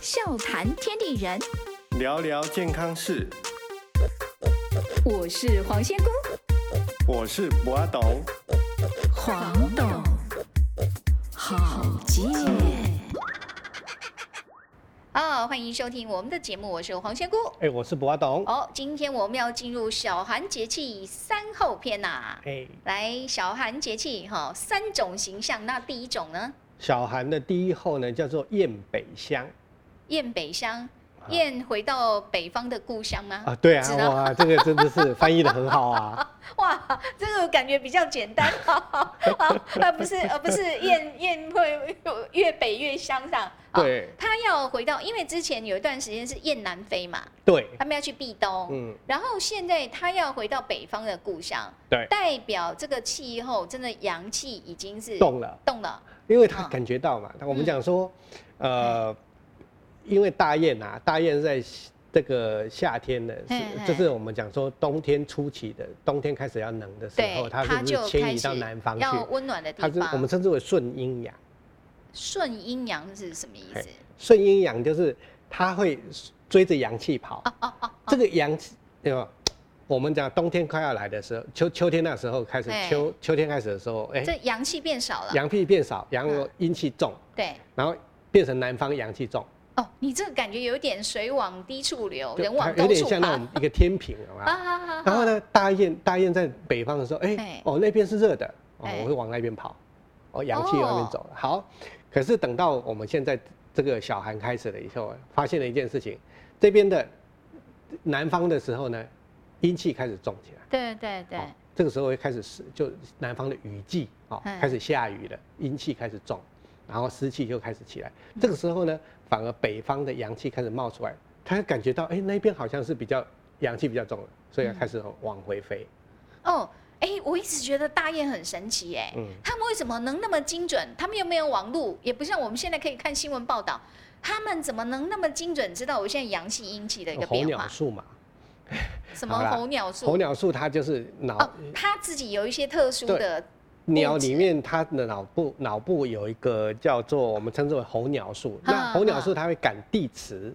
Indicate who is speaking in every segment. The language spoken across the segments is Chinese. Speaker 1: 笑谈天地人，
Speaker 2: 聊聊健康事，
Speaker 1: 我是黄仙姑
Speaker 2: 我是博阿董。
Speaker 1: 黄董，好贱。哦，欢迎收听我们的节目，我是黄仙姑。
Speaker 3: 哎、我是博阿董。
Speaker 1: 哦，今天我们要进入小寒节气三后篇呐、
Speaker 3: 哎、
Speaker 1: 来，小寒节气哈、三种形象，那第一种呢，
Speaker 3: 小寒的第一候呢，叫做雁北乡
Speaker 1: 雁北乡，
Speaker 3: 啊
Speaker 1: 雁回到北方的故乡吗？
Speaker 3: 啊，对
Speaker 1: 知
Speaker 3: 啊，
Speaker 1: 道
Speaker 3: 哇，这个真的是翻译的很好啊。
Speaker 1: 哇，这个感觉比较简单， 啊，而不是而不是宴宴会越北越乡上。好，
Speaker 3: 对
Speaker 1: 他要回到，因为之前有一段时间是雁南飞嘛，
Speaker 3: 对，
Speaker 1: 他们要去避冬，
Speaker 3: 嗯，
Speaker 1: 然后现在他要回到北方的故乡，
Speaker 3: 对，
Speaker 1: 代表这个气候真的阳气已经是
Speaker 3: 动了，
Speaker 1: 动了，
Speaker 3: 因为他
Speaker 1: 嗯
Speaker 3: 感觉到嘛，
Speaker 1: 嗯
Speaker 3: 我们讲说，呃，因为大雁啊，大雁在这个夏天呢，
Speaker 1: 嘿
Speaker 3: 是
Speaker 1: 嘿
Speaker 3: 就是我们讲说冬天初期的，冬天开始要冷的时
Speaker 1: 对
Speaker 3: 候，，它是
Speaker 1: 它
Speaker 3: 不是
Speaker 1: 就
Speaker 3: 迁
Speaker 1: 开
Speaker 3: 移
Speaker 1: 始
Speaker 3: 到南方去？
Speaker 1: 要温暖的地
Speaker 3: 它是我们
Speaker 1: 方。
Speaker 3: 称之为顺阴阳。
Speaker 1: 顺阴阳是什么意思？
Speaker 3: 顺阴阳就是它会追着阳气跑。
Speaker 1: 哦
Speaker 3: 这个阳气，对吧？哦我们讲冬天快要来的时候，秋秋天那时候开始
Speaker 1: 对，
Speaker 3: 秋秋天开始的时候，哎、
Speaker 1: 这阳气变少了，
Speaker 3: 阳气变少，阳
Speaker 1: 嗯
Speaker 3: 阴气重，
Speaker 1: 对。
Speaker 3: 然后变成南方阳气重，
Speaker 1: 哦，你这个感觉有点水往低处流，哦
Speaker 3: 就
Speaker 1: 人往
Speaker 3: 它
Speaker 1: 高
Speaker 3: 有点
Speaker 1: 处
Speaker 3: 像
Speaker 1: 爬
Speaker 3: 那种一个天平，好
Speaker 1: 啊
Speaker 3: 吧？
Speaker 1: 啊啊！啊
Speaker 3: 然后？呢，大雁大雁在北方的时候，哎、
Speaker 1: 哎
Speaker 3: 哦那边是热的，哦
Speaker 1: 哎
Speaker 3: 我会往那边跑，哦阳气往那边走。好，可是等到我们现在这个小寒开始了以后，发现了一件事情，这边的南方的时候呢，阴气开始重起来。
Speaker 1: 对对对
Speaker 3: 哦，这个时候会开始是就南方的雨季哦
Speaker 1: 嗯，
Speaker 3: 开始下雨了，阴气开始重，然后湿气就开始起来。这个时候呢，反而北方的阳气开始冒出来，他感觉到哎、那边好像是比较阳气比较重了，所以要开始往回飞。
Speaker 1: 哦，哎，我一直觉得大雁很神奇哎
Speaker 3: 嗯，
Speaker 1: 他们为什么能那么精准？他们又没有网路，也不像我们现在可以看新闻报道，他们怎么能那么精准知道我现在阳气阴嗯气的一个
Speaker 3: 哦候
Speaker 1: 变
Speaker 3: 鸟
Speaker 1: 化？
Speaker 3: 术嘛，
Speaker 1: 什么
Speaker 3: 好啦
Speaker 1: 候鸟
Speaker 3: 候
Speaker 1: 术？
Speaker 3: 鸟术它就是脑、
Speaker 1: 哦，它自己有一些特殊的
Speaker 3: 鸟里面它的脑部脑部有一个叫做我们称之为候鸟术，
Speaker 1: 嗯
Speaker 3: 那候鸟术它会感地磁，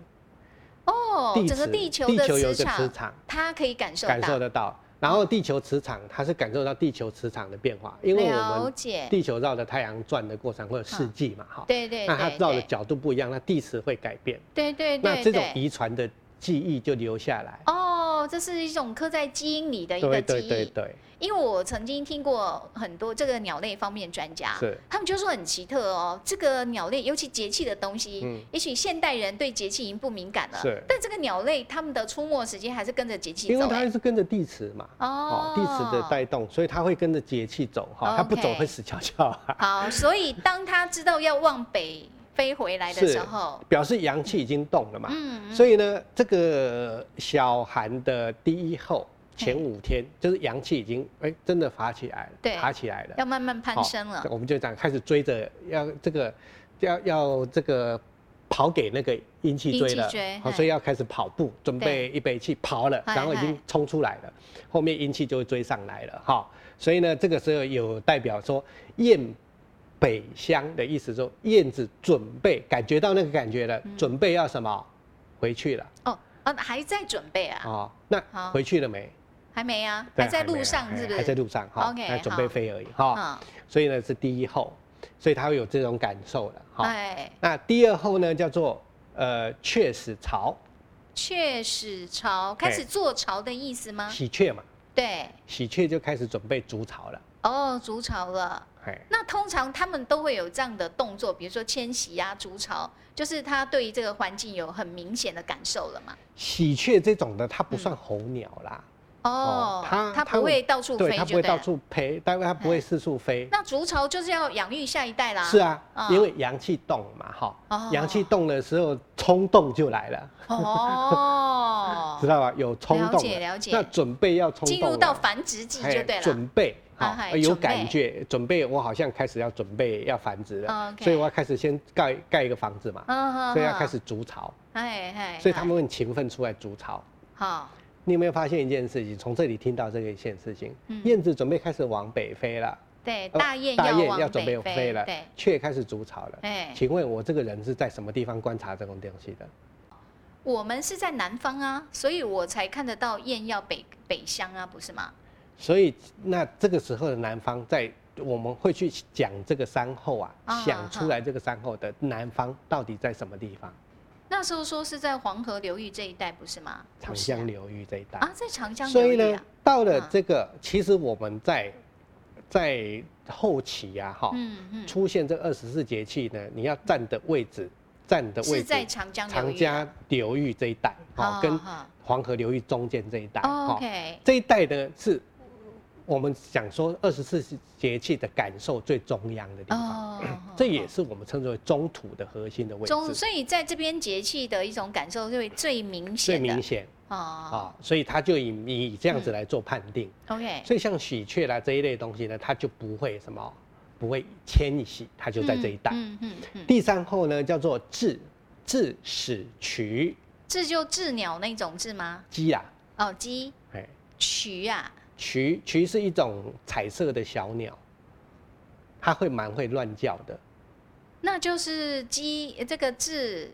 Speaker 1: 哦，
Speaker 3: 地
Speaker 1: 整个
Speaker 3: 磁
Speaker 1: 地球
Speaker 3: 地
Speaker 1: 的
Speaker 3: 球有一
Speaker 1: 磁
Speaker 3: 个磁
Speaker 1: 场，
Speaker 3: 场。
Speaker 1: 它可以感受
Speaker 3: 感受
Speaker 1: 到。
Speaker 3: 得到。然后地球磁场，它是感受到地球磁场的变化，因为我
Speaker 1: 了
Speaker 3: 们
Speaker 1: 解，
Speaker 3: 地球绕着太阳转的过程会有四季嘛，哈。
Speaker 1: 对对
Speaker 3: 那它
Speaker 1: 对
Speaker 3: 绕
Speaker 1: 对，
Speaker 3: 的角度不一样，那地磁会改变。
Speaker 1: 对对
Speaker 3: 那
Speaker 1: 对
Speaker 3: 这种
Speaker 1: 对。
Speaker 3: 遗传的记忆就留下来。
Speaker 1: 哦，这是一种刻在基因里的一个
Speaker 3: 对
Speaker 1: 记
Speaker 3: 对
Speaker 1: 忆。
Speaker 3: 对对，
Speaker 1: 因为我曾经听过很多这个鸟类方面专家，
Speaker 3: 是
Speaker 1: 他们就说很奇特哦，这个鸟类尤其节气的东西，
Speaker 3: 嗯
Speaker 1: 也许现代人对节气已经不敏感了，
Speaker 3: 是
Speaker 1: 但这个鸟类它们的出没时间还是跟着节气
Speaker 3: 因为
Speaker 1: 走、
Speaker 3: 它
Speaker 1: 哎
Speaker 3: 是跟着地磁嘛，
Speaker 1: 哦
Speaker 3: 哦，地磁的带动，所以它会跟着节气走哈，它不走
Speaker 1: OK
Speaker 3: 会死翘翘啊。
Speaker 1: 好，所以当它知道要往北飞回来的
Speaker 3: 是
Speaker 1: 时候，
Speaker 3: 表示阳气已经动了嘛。
Speaker 1: 嗯，
Speaker 3: 所以呢，这个小寒的第一后前
Speaker 1: 嘿
Speaker 3: 五天，就是阳气已经哎、真的爬起来了，
Speaker 1: 对
Speaker 3: 爬起来了，
Speaker 1: 要慢慢攀升了
Speaker 3: 好，我们就讲开始追着要这个要要这个跑给那个阴气追
Speaker 1: 阴
Speaker 3: 了
Speaker 1: 气追，
Speaker 3: 好，
Speaker 1: 嗨
Speaker 3: 所以要开始跑步，准备一杯气跑了，
Speaker 1: 嗨
Speaker 3: 然后已经
Speaker 1: 嗨
Speaker 3: 冲出来了，后面阴气就会追上来了哈。所以呢，这个时候有代表说燕北乡的意思说，燕子准备感觉到那个感觉了，
Speaker 1: 嗯
Speaker 3: 准备要什么回去了
Speaker 1: 哦，啊，还在准备啊，
Speaker 3: 啊？那
Speaker 1: 好
Speaker 3: 回去了没？
Speaker 1: 还没啊，
Speaker 3: 对
Speaker 1: 还在路
Speaker 3: 没
Speaker 1: 上
Speaker 3: 还
Speaker 1: 是不是？
Speaker 3: 还在路上哈
Speaker 1: OK，，
Speaker 3: 还准
Speaker 1: 好
Speaker 3: 备飞而已哈。
Speaker 1: 啊，
Speaker 3: 所以呢是第一候，所以他会有这种感受了哈。
Speaker 1: 哎，
Speaker 3: 那第二候呢叫做呃雀始巢，
Speaker 1: 雀始巢开
Speaker 3: 哎
Speaker 1: 始做巢的意思吗？
Speaker 3: 喜鹊嘛，
Speaker 1: 对，
Speaker 3: 喜鹊就开始准备筑巢了。
Speaker 1: 哦，筑巢了。
Speaker 3: 哎，
Speaker 1: 那通常他们都会有这样的动作，比如说迁徙啊、筑巢，就是它对于这个环境有很明显的感受了嘛。
Speaker 3: 喜鹊这种的它不算候鸟啦，
Speaker 1: 哦，
Speaker 3: 哦它
Speaker 1: 它
Speaker 3: 它
Speaker 1: 不会到处嗯
Speaker 3: 对，
Speaker 1: 飞，
Speaker 3: 它不
Speaker 1: 就
Speaker 3: 会
Speaker 1: 对
Speaker 3: 到
Speaker 1: 了。
Speaker 3: 处飞，但它不会四处飞。
Speaker 1: 那筑巢就是要养育下一代啦。
Speaker 3: 是啊
Speaker 1: 啊，
Speaker 3: 因为阳气动嘛
Speaker 1: 哦
Speaker 3: 哈，阳气动的时候冲动就来了，
Speaker 1: 哦
Speaker 3: 知，道吧？有冲
Speaker 1: 了
Speaker 3: 动
Speaker 1: 解
Speaker 3: 了
Speaker 1: 了解
Speaker 3: 那准备要啊冲动
Speaker 1: 进入
Speaker 3: 了
Speaker 1: 到繁殖季就对
Speaker 3: 哎
Speaker 1: 了。
Speaker 3: 准备
Speaker 1: 啊
Speaker 3: 好
Speaker 1: 嗨，
Speaker 3: 有
Speaker 1: 准备
Speaker 3: 感觉，准备我好像开始要准备要繁殖
Speaker 1: 啊
Speaker 3: 了，
Speaker 1: ，OK
Speaker 3: 所以我要开始先盖盖一个房子嘛，
Speaker 1: 嗯
Speaker 3: 所以要开。始筑巢，
Speaker 1: 哎哎，
Speaker 3: 所以他们很勤奋出来筑巢。
Speaker 1: 好，
Speaker 3: 你有没有发现一件事情？从这里听到这一件事情
Speaker 1: 嗯，
Speaker 3: 燕子准备开始往北飞了，
Speaker 1: 对，
Speaker 3: 呃
Speaker 1: 大雁
Speaker 3: 大
Speaker 1: 要
Speaker 3: 雁
Speaker 1: 往
Speaker 3: 要准备
Speaker 1: 北
Speaker 3: 有飞了
Speaker 1: 对，
Speaker 3: 雀开始筑巢了。
Speaker 1: 哎，
Speaker 3: 请问我这个人是在什么地方观察这种东西的？
Speaker 1: 我们是在南方啊，所以我才看得到雁要北北乡啊，不是吗？
Speaker 3: 所以那这个时候的南方，在我们会去讲这个山后啊，
Speaker 1: 啊
Speaker 3: 想出来这个山后的南方到底在什么地方？
Speaker 1: 那时候说是在黄河流域这一带，不是吗？
Speaker 3: 长
Speaker 1: 不是啊
Speaker 3: 江流域这一带。
Speaker 1: 啊，在长江
Speaker 3: 所
Speaker 1: 流
Speaker 3: 以
Speaker 1: 域
Speaker 3: 呢
Speaker 1: 啊，，
Speaker 3: 到了
Speaker 1: 嗯
Speaker 3: 这个，其实我们在在后期呀，哈，
Speaker 1: 嗯嗯，
Speaker 3: 哦出现这二十四节气呢，你要站的位置，站的位
Speaker 1: 是
Speaker 3: 置
Speaker 1: 在，长江流
Speaker 3: 长
Speaker 1: 域啊，
Speaker 3: 江流域这一带，哈，跟黄河流域中间这一带，
Speaker 1: 哦
Speaker 3: 哈，
Speaker 1: OK，
Speaker 3: 这一带呢是我们讲说二十四节气的感受最中央的地方，
Speaker 1: 哦，
Speaker 3: 这也
Speaker 1: 是
Speaker 3: 是我们称之为中土的核心的位
Speaker 1: 中，
Speaker 3: 置，
Speaker 1: 所以在这边节气的一种感受就会最明
Speaker 3: 最
Speaker 1: 显
Speaker 3: 明
Speaker 1: 的
Speaker 3: 显
Speaker 1: 哦
Speaker 3: 啊，所以它就以以这样子来做判定。
Speaker 1: ，OK，
Speaker 3: 所以像喜鹊啦这一类东西呢，它就不会什么，不会迁徙，它就在这一带。
Speaker 1: 嗯嗯嗯，嗯
Speaker 3: 第三候呢叫做雉，雉始渠
Speaker 1: 这就鸷鸟那种雉吗？
Speaker 3: 鸡啦，
Speaker 1: 哦，鸡
Speaker 3: 哎，
Speaker 1: 渠啊，
Speaker 3: 渠渠是一种彩色的小鸟，它会蛮会乱叫的。
Speaker 1: 那就是鸡这个雉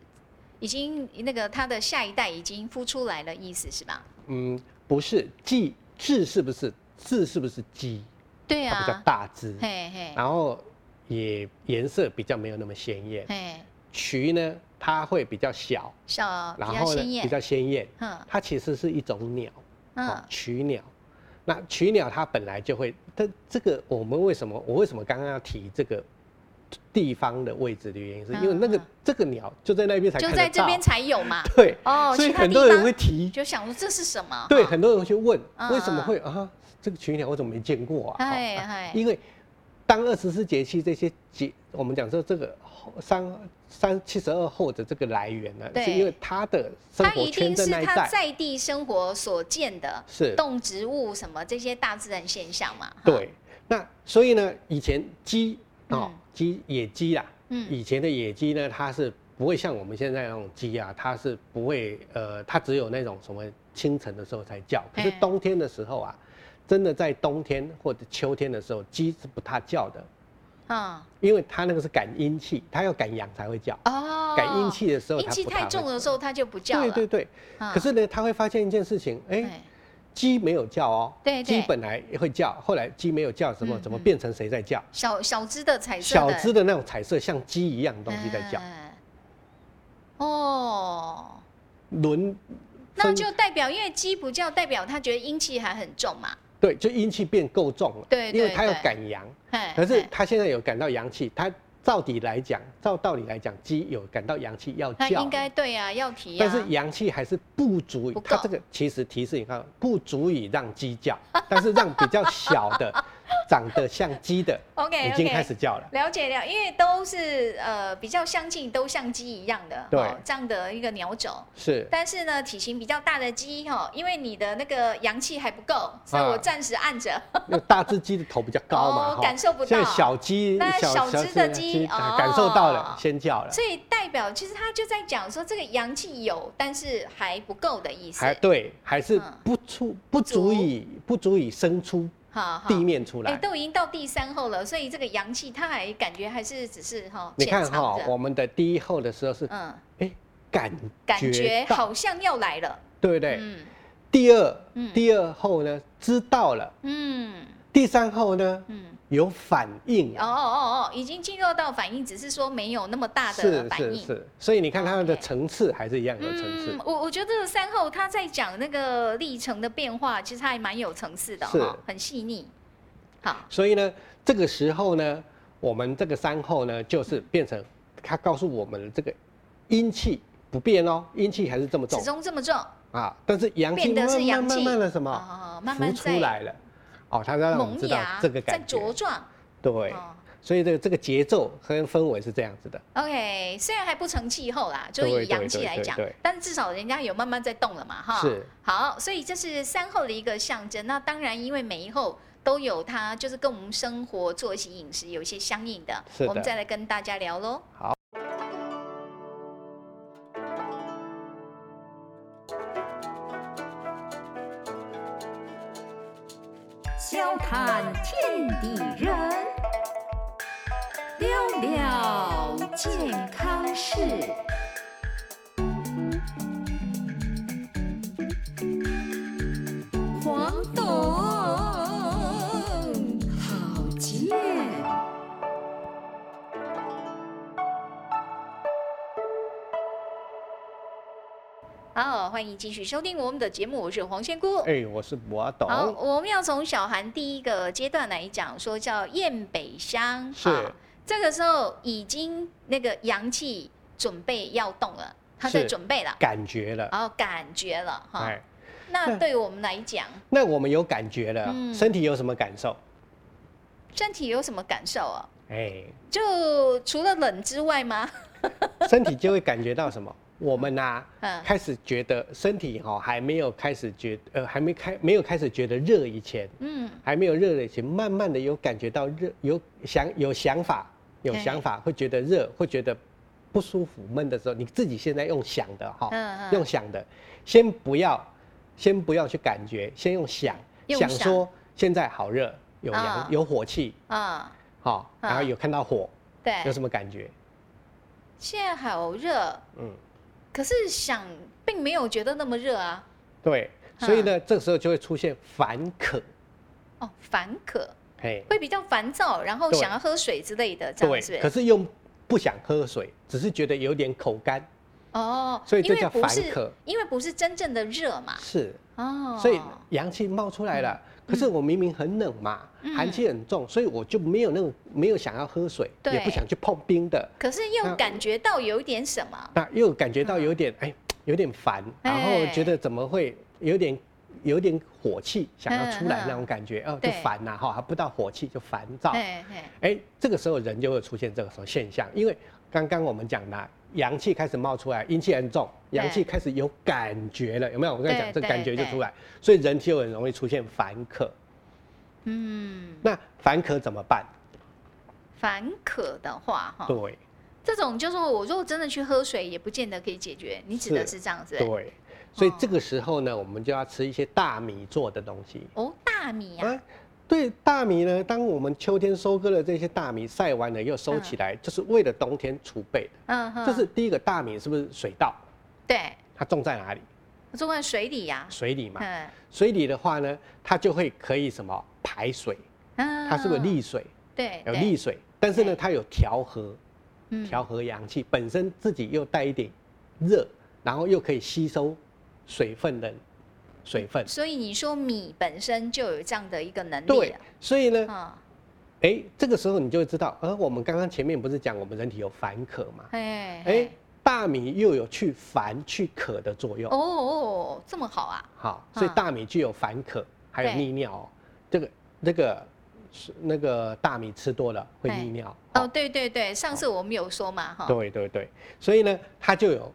Speaker 1: 已经那个它的下一代已经孵出来了，意思是吧？
Speaker 3: 嗯，不是雉，雉是不是雉是不是鸡？
Speaker 1: 对
Speaker 3: 它比较
Speaker 1: 啊，
Speaker 3: 大只，
Speaker 1: 嘿嘿
Speaker 3: 然后也颜色比较没有那么鲜艳。
Speaker 1: 嘿，
Speaker 3: 渠呢，它会比较小，
Speaker 1: 小哦比
Speaker 3: 然
Speaker 1: 较
Speaker 3: 后呢
Speaker 1: 鲜
Speaker 3: 比
Speaker 1: 艳，
Speaker 3: 较鲜艳。
Speaker 1: 嗯
Speaker 3: 它其实是一种鸟，哦
Speaker 1: 嗯，
Speaker 3: 曲鸟。那曲鸟它本来就会，但这个我们为什么我为什么刚刚要提这个地方的位置的原因，是因为那个
Speaker 1: 嗯嗯
Speaker 3: 这个鸟就在那边才
Speaker 1: 就
Speaker 3: 看得
Speaker 1: 在这
Speaker 3: 到
Speaker 1: 边才有嘛。
Speaker 3: 对，
Speaker 1: 哦，
Speaker 3: 所以
Speaker 1: 其他
Speaker 3: 很
Speaker 1: 地
Speaker 3: 多人
Speaker 1: 方
Speaker 3: 会提，
Speaker 1: 就想说这是什么？
Speaker 3: 对，
Speaker 1: 哈
Speaker 3: 很多人会去问
Speaker 1: 嗯
Speaker 3: 为什么
Speaker 1: 嗯
Speaker 3: 会啊这个曲鸟我怎么没见过啊？
Speaker 1: 哎
Speaker 3: 啊
Speaker 1: 哎
Speaker 3: 因为当二十四节气这些节，我们讲说这个后三三七十二候的这个来源呢，
Speaker 1: 对
Speaker 3: 是因为它的生
Speaker 1: 它
Speaker 3: 活
Speaker 1: 一
Speaker 3: 圈
Speaker 1: 定
Speaker 3: 在
Speaker 1: 是
Speaker 3: 那一
Speaker 1: 它
Speaker 3: 带，
Speaker 1: 在地生活所见的
Speaker 3: 是
Speaker 1: 动植物什么这些大自然现象嘛。哈，
Speaker 3: 对，那所以呢，以前鸡哦
Speaker 1: 嗯，
Speaker 3: 鸡、野鸡啦，
Speaker 1: 嗯
Speaker 3: 以前的野鸡呢，它是不会像我们现在那种鸡啊，它是不会呃，它只有那种什么清晨的时候才叫，可是
Speaker 1: 嗯
Speaker 3: 冬天的时候啊，真的在冬天或者秋天的时候，鸡是不大叫的，
Speaker 1: 嗯，
Speaker 3: 因为它那个是赶阴气，它要赶阳才会叫，
Speaker 1: 哦，
Speaker 3: 赶阴气的时候
Speaker 1: 阴
Speaker 3: 它
Speaker 1: 气
Speaker 3: 不大
Speaker 1: 太
Speaker 3: 会
Speaker 1: 重的时候它就不叫
Speaker 3: 对
Speaker 1: 了。
Speaker 3: 对对，
Speaker 1: 嗯
Speaker 3: 可是呢，他会发现一件事情，哎、
Speaker 1: 对
Speaker 3: 鸡没有叫哦，
Speaker 1: 对对
Speaker 3: 鸡本来会叫，后来鸡没有叫，怎么
Speaker 1: 嗯
Speaker 3: 怎么
Speaker 1: 嗯
Speaker 3: 变成谁在叫？
Speaker 1: 小小只的彩色
Speaker 3: 小
Speaker 1: 的
Speaker 3: 只的那种彩色像鸡一样的东西在叫，
Speaker 1: 嗯哦，
Speaker 3: 轮
Speaker 1: 那
Speaker 3: 分
Speaker 1: 就代表因为鸡不叫，代表它觉得阴气还很重嘛。
Speaker 3: 对，就阴气变够重了，
Speaker 1: 对
Speaker 3: 因为
Speaker 1: 对
Speaker 3: 它要
Speaker 1: 对
Speaker 3: 赶阳，
Speaker 1: 嘿
Speaker 3: 可是
Speaker 1: 嘿
Speaker 3: 它现在有感到阳气，它照理来讲，照道理来讲，鸡有感到阳气要
Speaker 1: 它
Speaker 3: 叫
Speaker 1: 应，该对啊，要提
Speaker 3: 但
Speaker 1: 啊。
Speaker 3: 是阳气还是不足以
Speaker 1: 不，
Speaker 3: 它
Speaker 1: 够
Speaker 3: 这个其实提示你看，不足以让鸡叫， 但是让比较小的 长得像 鸡的
Speaker 1: OK，
Speaker 3: 已经开始叫了。
Speaker 1: 了解了，因为都是呃比较相近，都像鸡一样的
Speaker 3: 对
Speaker 1: 哦这样的一个鸟种。
Speaker 3: 是，
Speaker 1: 但是呢，体型比较大的鸡哈、哦，因为你的那个阳气还不够，所以
Speaker 3: 啊
Speaker 1: 我暂时按着。
Speaker 3: 因为大只鸡的头比较高嘛，
Speaker 1: 哦
Speaker 3: 哈
Speaker 1: 感受不到
Speaker 3: 像小鸡
Speaker 1: 那，小只的鸡
Speaker 3: 啊
Speaker 1: 哦
Speaker 3: 感受到了，先叫了。
Speaker 1: 所以代表其实他就在讲说，这个阳气有，但是还不够的意思
Speaker 3: 还。对，还是
Speaker 1: 嗯
Speaker 3: 不出不足以不足以生出
Speaker 1: 好好
Speaker 3: 地。面出
Speaker 1: 哎、
Speaker 3: 来。
Speaker 1: 都已经到第三后了，所以这个阳气它还感觉还是只是哈、
Speaker 3: 你看
Speaker 1: 浅
Speaker 3: 哈、
Speaker 1: 尝着
Speaker 3: 我们的第一后的时候是
Speaker 1: 嗯，
Speaker 3: 哎感
Speaker 1: 感
Speaker 3: 觉
Speaker 1: 觉
Speaker 3: 到，
Speaker 1: 好像要来了。
Speaker 3: 对不对？
Speaker 1: 嗯
Speaker 3: 第二
Speaker 1: 嗯
Speaker 3: 第二后呢知道了，
Speaker 1: 嗯
Speaker 3: 第三后呢
Speaker 1: 嗯，
Speaker 3: 有反应
Speaker 1: 哦哦，哦哦，已经进入到反应，只是说没有那么大的
Speaker 3: 是
Speaker 1: 反
Speaker 3: 是
Speaker 1: 应。哦
Speaker 3: 是，所以你看它的
Speaker 1: OK
Speaker 3: 层次还是一样有层次
Speaker 1: 嗯，。我我觉得这个三后他在讲那个历程的变化，其实还蛮有层次的哈、
Speaker 3: 是
Speaker 1: 很细腻。好，
Speaker 3: 所以呢，这个时候呢，我们这个三候呢，就是变成它告诉我们这个阴气不变哦，阴气还是这么重
Speaker 1: 始终这么重
Speaker 3: 啊，但是阳气
Speaker 1: 变得
Speaker 3: 慢
Speaker 1: 是
Speaker 3: 慢
Speaker 1: 阳气
Speaker 3: 慢慢的什么、
Speaker 1: 哦慢慢
Speaker 3: 浮出
Speaker 1: 在
Speaker 3: 来了，哦，它让我们
Speaker 1: 萌
Speaker 3: 知道
Speaker 1: 芽，
Speaker 3: 这个
Speaker 1: 在
Speaker 3: 感
Speaker 1: 茁
Speaker 3: 觉，
Speaker 1: 壮。
Speaker 3: 对，
Speaker 1: 哦
Speaker 3: 所以这个这个节奏跟氛围是这样子的，
Speaker 1: OK，虽然还不成气候啦，就以
Speaker 3: 对对
Speaker 1: 阳气
Speaker 3: 对
Speaker 1: 来
Speaker 3: 对
Speaker 1: 讲
Speaker 3: 对，
Speaker 1: 但至少人家有慢慢在动了嘛，哈。
Speaker 3: 是。
Speaker 1: 好，所以这是三后的一个象征。那当然，因为每一后都有它，就是跟我们生活、作息、饮食有一些相应的，
Speaker 3: 是的
Speaker 1: 我们再来跟大家聊喽。
Speaker 3: 好。
Speaker 4: 笑谈天地人，聊聊健康事。黄董，好见。
Speaker 1: 好，欢迎继续收听我们的节目，我是黄仙姑。
Speaker 3: 哎、我是博懂，
Speaker 1: 好，我们要从小寒第一个阶段来讲，说叫燕北乡。
Speaker 3: 是
Speaker 1: 好这个时候已经那个阳气准备要动了，他在
Speaker 3: 是
Speaker 1: 准备了，
Speaker 3: 感觉了，
Speaker 1: 然后哦感觉了哈。
Speaker 3: 哎，
Speaker 1: 那
Speaker 3: 那
Speaker 1: 对我们来讲，
Speaker 3: 那我们有感觉了，
Speaker 1: 嗯
Speaker 3: 身体有什么感受？
Speaker 1: 身体有什么感受啊？
Speaker 3: 哎，
Speaker 1: 就除了冷之外吗？
Speaker 3: 身体就会感觉到什么？我们呐、
Speaker 1: 嗯
Speaker 3: 开始觉得身体哈、还没有开始觉呃还没开没有开始觉得热以前，
Speaker 1: 嗯，
Speaker 3: 还没有热以前，慢慢的有感觉到热，有想有想法，有
Speaker 1: 嘿
Speaker 3: 想法会觉得热，会觉得不舒服闷的时候，你自己现在用想的哈、
Speaker 1: 嗯嗯
Speaker 3: 用想的，先不要先不要去感觉，先用想
Speaker 1: 用
Speaker 3: 想
Speaker 1: 想
Speaker 3: 说现在好热，有阳、
Speaker 1: 啊
Speaker 3: 有火气，
Speaker 1: 啊，
Speaker 3: 好、然后
Speaker 1: 啊
Speaker 3: 有看到火，有
Speaker 1: 对，
Speaker 3: 什么感觉？
Speaker 1: 现在好热，
Speaker 3: 嗯。
Speaker 1: 可是想并没有觉得那么热啊。
Speaker 3: 对，
Speaker 1: 嗯
Speaker 3: 所以呢，这个时候就会出现烦渴，
Speaker 1: 哦，烦渴
Speaker 3: 嘿，
Speaker 1: 会比较烦躁，然后
Speaker 3: 对
Speaker 1: 想要喝水之类的，这样
Speaker 3: 对
Speaker 1: 子。，
Speaker 3: 可是又不想喝水，只是觉得有点口干，
Speaker 1: 哦，
Speaker 3: 所以
Speaker 1: 因
Speaker 3: 这
Speaker 1: 为
Speaker 3: 叫
Speaker 1: 不
Speaker 3: 烦
Speaker 1: 是
Speaker 3: 渴
Speaker 1: 因为不是真正的热嘛。
Speaker 3: 是，
Speaker 1: 哦，
Speaker 3: 所以阳气冒出来了。可是我明明很冷嘛，
Speaker 1: 嗯
Speaker 3: 寒气很重，所以我就没有那种没有想要喝水，
Speaker 1: 对
Speaker 3: 也不想去碰冰的，
Speaker 1: 可是又
Speaker 3: 那
Speaker 1: 感觉到有一点什么，
Speaker 3: 那又感觉到有点哎，有点烦，然后
Speaker 1: 嗯哎
Speaker 3: 觉得怎么会有点。有点火气想要出来
Speaker 1: 嗯嗯
Speaker 3: 那种感觉，哦，就
Speaker 1: 对
Speaker 3: 烦呐哈，还不到火气就烦躁，
Speaker 1: 嘿嘿，
Speaker 3: 哎，这个时候人就会出现这种现象，因为刚刚我们讲的啊阳气开始冒出来，阴气很重，
Speaker 1: 对
Speaker 3: 阳气开始有感觉了，有没有？我跟你讲，
Speaker 1: 对
Speaker 3: 这个感觉就
Speaker 1: 对
Speaker 3: 出来，所以人就很容易出现烦渴。
Speaker 1: 嗯，
Speaker 3: 那烦渴怎么办？
Speaker 1: 烦渴的话哈，
Speaker 3: 对
Speaker 1: 这种就是我如果真的去喝水，也不见得可以解决。你指的
Speaker 3: 是
Speaker 1: 是这样子？
Speaker 3: 对，
Speaker 1: 哦
Speaker 3: 所以这个时候呢，我们就要吃一些大米做的东西。
Speaker 1: 哦，大米啊，
Speaker 3: 啊，对，大米呢，当我们秋天收割了这些大米，晒完了又收起来，就是为了冬天储备的。
Speaker 1: 嗯哼，
Speaker 3: 这是第一个，大米是不是水稻？
Speaker 1: 对，
Speaker 3: 它种在哪里？
Speaker 1: 种在水里呀，
Speaker 3: 水里嘛。
Speaker 1: 嗯
Speaker 3: 水里的话呢，它就会可以什么排水，
Speaker 1: 嗯
Speaker 3: 它是不是利水？
Speaker 1: 对，
Speaker 3: 有
Speaker 1: 对
Speaker 3: 利，水，但是
Speaker 1: 对
Speaker 3: 呢，它有调和，
Speaker 1: 嗯
Speaker 3: 调和阳气，本身自己又带一点热，然后又可以吸收水分的水分。
Speaker 1: 所以你说米本身就有这样的一个能力
Speaker 3: 对
Speaker 1: 了，，
Speaker 3: 所以呢，
Speaker 1: 啊，
Speaker 3: 哎，这个时候你就会知道，呃，我们刚刚前面不是讲我们人体有烦渴嘛？
Speaker 1: 哎
Speaker 3: 哎，，大米又有去烦去渴的作用
Speaker 1: 哦，哦，这么好啊，
Speaker 3: 好，所以
Speaker 1: 嗯
Speaker 3: 大米具有烦渴，还有
Speaker 1: 对
Speaker 3: 利尿哦。这个这个是那个大米吃多了会
Speaker 1: 对
Speaker 3: 利尿。
Speaker 1: 哦，对对对，上次我们有说嘛哈，
Speaker 3: 对对对，所以呢，它就有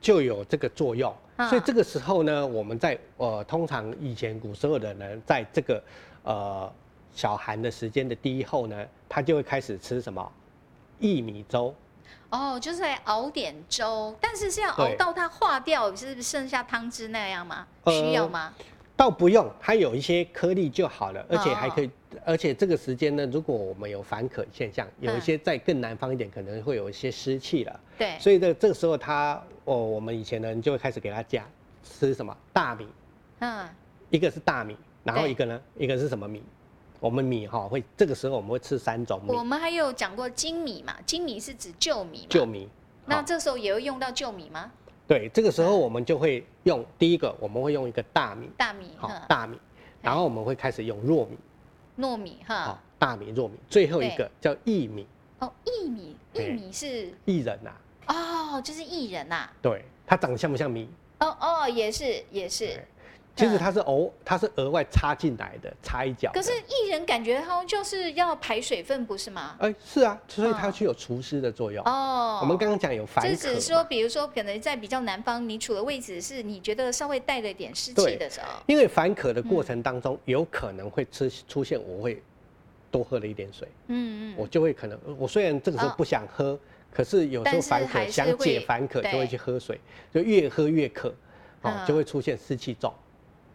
Speaker 3: 就有这个作用。
Speaker 1: 嗯
Speaker 3: 所以这个时候呢，我们在呃，通常以前古时候的人，在这个呃小寒的时间的第一后呢，他就会开始吃什么薏米粥。
Speaker 1: 哦，就是来熬点粥，但是是要熬
Speaker 3: 对
Speaker 1: 到它化掉，是不是剩下汤汁那样吗？
Speaker 3: 呃
Speaker 1: 需要吗？
Speaker 3: 倒不用，它有一些颗粒就好了，而且还
Speaker 1: 哦
Speaker 3: 可以，而且这个时间呢，如果我们有反渴现象，有一些在更南方一点，可能会有一些湿气了，
Speaker 1: 对，
Speaker 3: 所以呢，这个时候它，哦，我们以前的人就会开始给它加吃什么大米，
Speaker 1: 嗯，
Speaker 3: 一个是大米，然后
Speaker 1: 对
Speaker 3: 一个呢，一个是什么米？我们米哈会这个时候我们会吃三种米
Speaker 1: 我，们还有讲过精米嘛，精米是指旧米嘛，
Speaker 3: 旧米。
Speaker 1: 那
Speaker 3: 好
Speaker 1: 这时嗯候也会用到旧米吗？
Speaker 3: 对，这个时候我们就会用第一个，我们会用一个大米，
Speaker 1: 大米
Speaker 3: 好
Speaker 1: 哈，
Speaker 3: 大米，然后我们会开始用糯米，
Speaker 1: 糯米
Speaker 3: 好
Speaker 1: 哈，
Speaker 3: 大米糯米，最后一个叫薏米，
Speaker 1: 哦，薏米，
Speaker 3: 对
Speaker 1: 薏米是
Speaker 3: 薏仁呐，
Speaker 1: 哦，就是薏仁呐，
Speaker 3: 对，它长得像不像米？
Speaker 1: 哦哦，也是也是
Speaker 3: 对，其实
Speaker 1: 嗯
Speaker 3: 它是偶，它是额外插进来的，插一脚的。
Speaker 1: 可是薏仁感觉它就是要排水分，不是吗？
Speaker 3: 哎，是啊，所以它
Speaker 1: 嗯
Speaker 3: 具有除湿的作用。
Speaker 1: 哦，
Speaker 3: 我们刚刚讲有反
Speaker 1: 就
Speaker 3: 渴
Speaker 1: 只
Speaker 3: 嘛
Speaker 1: 是说，比如说，可能在比较南方，你处的位置是你觉得稍微带了一点湿气
Speaker 3: 对
Speaker 1: 的时候，
Speaker 3: 因为反渴的过
Speaker 1: 嗯
Speaker 3: 程当中，有可能会吃出现我会多喝了一点水，
Speaker 1: 嗯
Speaker 3: 我就会可能我虽然这个时候
Speaker 1: 哦
Speaker 3: 不想喝，可是有时
Speaker 1: 但
Speaker 3: 候
Speaker 1: 是
Speaker 3: 反
Speaker 1: 还
Speaker 3: 渴
Speaker 1: 是
Speaker 3: 想
Speaker 1: 会
Speaker 3: 解反渴就
Speaker 1: 对
Speaker 3: 会去喝水，就越喝越渴，哦，
Speaker 1: 嗯
Speaker 3: 就会出现湿气重。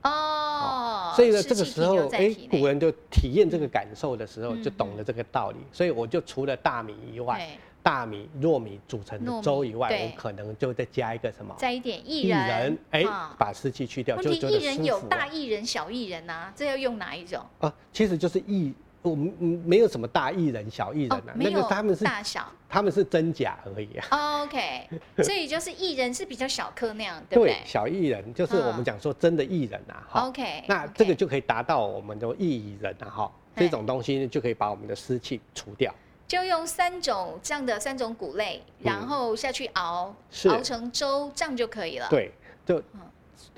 Speaker 1: 嗯，哦，
Speaker 3: 所以呢，
Speaker 1: 湿
Speaker 3: 这个
Speaker 1: 气
Speaker 3: 时
Speaker 1: 停留
Speaker 3: 候，
Speaker 1: 在
Speaker 3: 哎
Speaker 1: 体，内
Speaker 3: 古人就体验这个感受的时候，
Speaker 1: 嗯
Speaker 3: 就懂了这个道理。所以我就除了大米以外，
Speaker 1: 对，
Speaker 3: 大米、糯米组成
Speaker 1: 糯
Speaker 3: 的
Speaker 1: 米
Speaker 3: 粥以外，
Speaker 1: 对
Speaker 3: 我可能就再加一个什么
Speaker 1: 再一点薏
Speaker 3: 薏仁，哎
Speaker 1: 啊，
Speaker 3: 把湿气去掉，
Speaker 1: 问
Speaker 3: 就
Speaker 1: 题
Speaker 3: 觉得
Speaker 1: 薏仁
Speaker 3: 舒
Speaker 1: 有
Speaker 3: 服
Speaker 1: 大
Speaker 3: 啊
Speaker 1: 薏仁、小薏仁呐，这要用哪一种？
Speaker 3: 啊。其实就是薏，我们嗯没有什么大薏仁、小薏
Speaker 1: 哦
Speaker 3: 仁啊，，
Speaker 1: 没
Speaker 3: 那个
Speaker 1: 有
Speaker 3: 他们是
Speaker 1: 大小。
Speaker 3: 他们是真假而已啊。
Speaker 1: OK，所以就是薏仁是比较小颗那样，对不
Speaker 3: 对
Speaker 1: 对，
Speaker 3: 小薏仁就是我们
Speaker 1: 嗯
Speaker 3: 讲说真的薏仁啊，哈。
Speaker 1: ？OK，
Speaker 3: 那
Speaker 1: OK
Speaker 3: 这个就可以达到我们的薏仁啊，哈，
Speaker 1: 对
Speaker 3: 这种东西就可以把我们的湿气除掉。
Speaker 1: 就用三种这样的三种谷类，然
Speaker 3: 嗯
Speaker 1: 后下去熬，
Speaker 3: 是
Speaker 1: 熬成粥，这样就可以了。，
Speaker 3: 对，就
Speaker 1: 嗯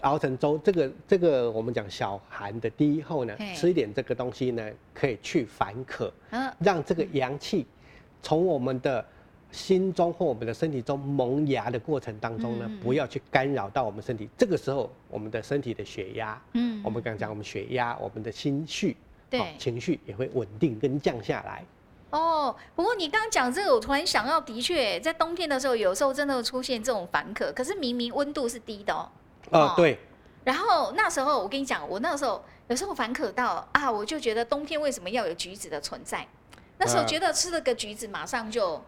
Speaker 3: 熬成粥。这个这个我们讲小寒的第一后呢
Speaker 1: 嘿，
Speaker 3: 吃一点这个东西呢，可以去烦渴，
Speaker 1: 嗯，
Speaker 3: 让这个阳气从我们的心中或我们的身体中萌芽的过程当中呢，
Speaker 1: 嗯
Speaker 3: 不要去干扰到我们身体。这个时候，我们的身体的血压，
Speaker 1: 嗯
Speaker 3: 我们刚刚讲我们血压，我们的心绪。
Speaker 1: 对
Speaker 3: 好情绪也会稳定跟降下来。
Speaker 1: 哦，不过你刚刚讲这个，我突然想到，的确在冬天的时候，有时候真的会出现这种烦渴，可是明明温度是低的哦。
Speaker 3: 呃
Speaker 1: 哦，
Speaker 3: 对，
Speaker 1: 然后那时候我跟你讲，我那时候有时候反渴到啊，我就觉得冬天为什么要有橘子的存在？那时候
Speaker 3: 啊
Speaker 1: 觉得吃了个橘子，马上就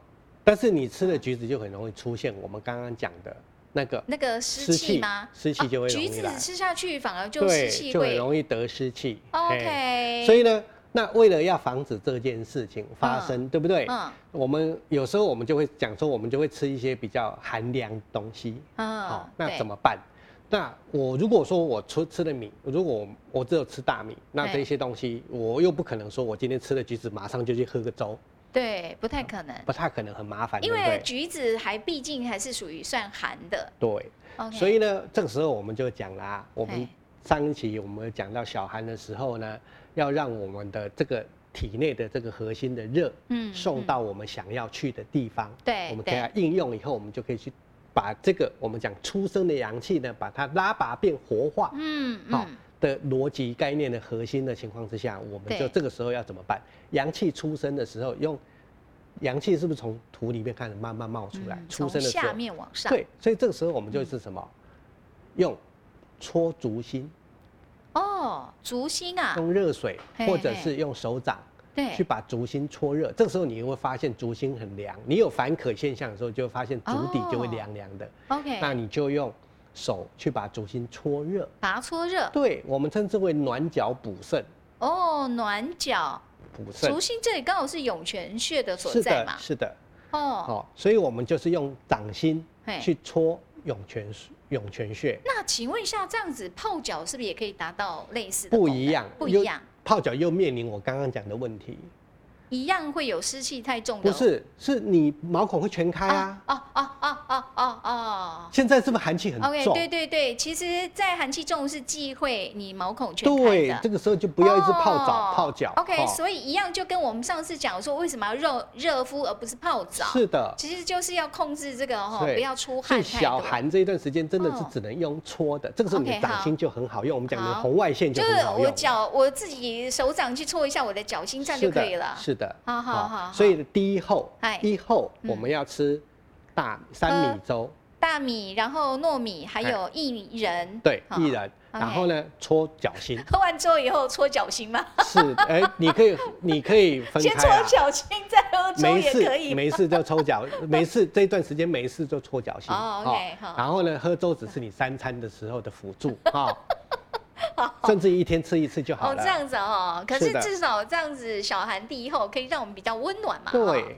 Speaker 3: 但是你吃了橘子就很容易出现我们刚刚讲的那个
Speaker 1: 那个湿气吗？
Speaker 3: 湿气湿气就会
Speaker 1: 啊
Speaker 3: 容易
Speaker 1: 橘子
Speaker 3: 来
Speaker 1: 吃下去反而就湿
Speaker 3: 对，
Speaker 1: 气
Speaker 3: 就很
Speaker 1: 会。
Speaker 3: 容易得湿气。嘿
Speaker 1: OK，
Speaker 3: 所
Speaker 1: 以
Speaker 3: 以呢，那为了要防止这件事情发生，对不对？
Speaker 1: 嗯
Speaker 3: 我们有时候我们就会讲说，我们就会吃一些比较寒凉的东西。
Speaker 1: 嗯
Speaker 3: 哦，，那
Speaker 1: 对
Speaker 3: 怎么办？那我如果说我吃吃了米，如果我我只有吃大米，那
Speaker 1: 对
Speaker 3: 这些东西我又不可能说我今天吃了橘子马上就去喝个粥，
Speaker 1: 对？不太可能，
Speaker 3: 不太可能，很麻烦，对
Speaker 1: 因
Speaker 3: 不
Speaker 1: 为
Speaker 3: 对？
Speaker 1: 橘子还毕竟还是属于算寒的。
Speaker 3: 对，
Speaker 1: OK，
Speaker 3: 所以呢，这个时候我们就讲啦，我们
Speaker 1: 哎
Speaker 3: 上一期我们讲到小寒的时候呢，要让我们的这个体内的这个核心的热，
Speaker 1: 嗯
Speaker 3: 送
Speaker 1: 嗯
Speaker 3: 到我们想要去的地方，
Speaker 1: 对
Speaker 3: 我们可以
Speaker 1: 哎对
Speaker 3: 来应用以后，我们就可以去把这个我们讲出生的阳气呢，把它拉拔变活化，
Speaker 1: 嗯
Speaker 3: 好
Speaker 1: 嗯，
Speaker 3: 的逻辑概念的核心的情况之下，我们就
Speaker 1: 对
Speaker 3: 这个时候要怎么办？阳气出生的时候，用阳气是不是从土里面开始慢慢冒出来？
Speaker 1: 嗯
Speaker 3: 出
Speaker 1: 从
Speaker 3: 生的时候
Speaker 1: 下，面往上。嗯
Speaker 3: 对，所以这个时候我们就是什么？用搓足心，
Speaker 1: 哦，竹心啊，
Speaker 3: 用热水
Speaker 1: 嘿
Speaker 3: 或者
Speaker 1: 嘿
Speaker 3: 是用手掌
Speaker 1: 对
Speaker 3: 去，把足心搓热。这个时候你会发现足心很凉，你有反渴现象的时候，就会发现足底就会
Speaker 1: 哦
Speaker 3: 凉凉的。
Speaker 1: OK，
Speaker 3: 那你就用手去把足心搓热，
Speaker 1: 把它搓热。
Speaker 3: 对我们称之为暖脚补肾。
Speaker 1: 哦，暖脚，
Speaker 3: 补肾
Speaker 1: 足心这里刚好是涌泉穴的所
Speaker 3: 是
Speaker 1: 在
Speaker 3: 的
Speaker 1: 嘛，。
Speaker 3: 是的，
Speaker 1: 哦，
Speaker 3: 哦，所以我们就是用掌心
Speaker 1: 嘿
Speaker 3: 去搓涌泉涌泉穴，
Speaker 1: 那请问一下，这样子泡脚是不是也可以达到类似的
Speaker 3: 不
Speaker 1: 功
Speaker 3: 一
Speaker 1: 能
Speaker 3: 样，
Speaker 1: 不一
Speaker 3: 又
Speaker 1: 样，。
Speaker 3: 泡脚又面临我刚刚讲的问题，
Speaker 1: 一样会有湿气太重
Speaker 3: 不
Speaker 1: 的。
Speaker 3: 是，是你毛孔会全开啊。
Speaker 1: 哦哦哦哦哦哦。
Speaker 3: 现在是不是寒气很
Speaker 1: OK，
Speaker 3: 重？
Speaker 1: 对对对，其实，在寒气重是忌讳你毛孔全开
Speaker 3: 对
Speaker 1: 的，
Speaker 3: 这。个时候就不要一直泡澡
Speaker 1: 哦
Speaker 3: 泡脚。
Speaker 1: OK，
Speaker 3: 哦
Speaker 1: 所以一样就跟我们上次讲说，为什么要热热敷而不是泡澡？
Speaker 3: 是的，
Speaker 1: 其实就是要控制这个哈、
Speaker 3: 对
Speaker 1: 不要出
Speaker 3: 所
Speaker 1: 汗
Speaker 3: 以
Speaker 1: 太
Speaker 3: 小
Speaker 1: 多。
Speaker 3: 寒这一段时间真的是
Speaker 1: 哦
Speaker 3: 只能用搓的，这个时候你的
Speaker 1: OK，好
Speaker 3: 掌心就很好用，我们讲的
Speaker 1: 好
Speaker 3: 红外线就
Speaker 1: 就是
Speaker 3: 很好用。
Speaker 1: 我脚我自己手掌去搓一下我的脚心，这样
Speaker 3: 是
Speaker 1: 就
Speaker 3: 的
Speaker 1: 可以了。啊
Speaker 3: 是的，
Speaker 1: 好好好
Speaker 3: 所以第一后
Speaker 1: 嗨，
Speaker 3: 第一后
Speaker 1: 嗯
Speaker 3: 我们要吃大三米粥，
Speaker 1: 大米，然后糯米，还有薏仁。
Speaker 3: 哎对，
Speaker 1: 好
Speaker 3: 薏仁，
Speaker 1: OK
Speaker 3: 然后呢搓脚心，
Speaker 1: 喝完粥以后搓脚心吗？
Speaker 3: 是，哎，你可以你可以分
Speaker 1: 先
Speaker 3: 开
Speaker 1: 搓
Speaker 3: 啊，
Speaker 1: 脚心，再喝粥
Speaker 3: 没
Speaker 1: 也可
Speaker 3: 事
Speaker 1: 以。
Speaker 3: 没事就抽脚， 没事这一段时间没事就搓脚心，
Speaker 1: 哦
Speaker 3: 哦
Speaker 1: OK，好
Speaker 3: 然后呢喝粥只是你三餐的时候的辅 助哈，甚至一天吃一次就好
Speaker 1: 哦，
Speaker 3: 了
Speaker 1: 这，样子哦，可是
Speaker 3: 是的
Speaker 1: 至少这样子，小寒第一后可以让我们比较温暖嘛。哦
Speaker 3: 对。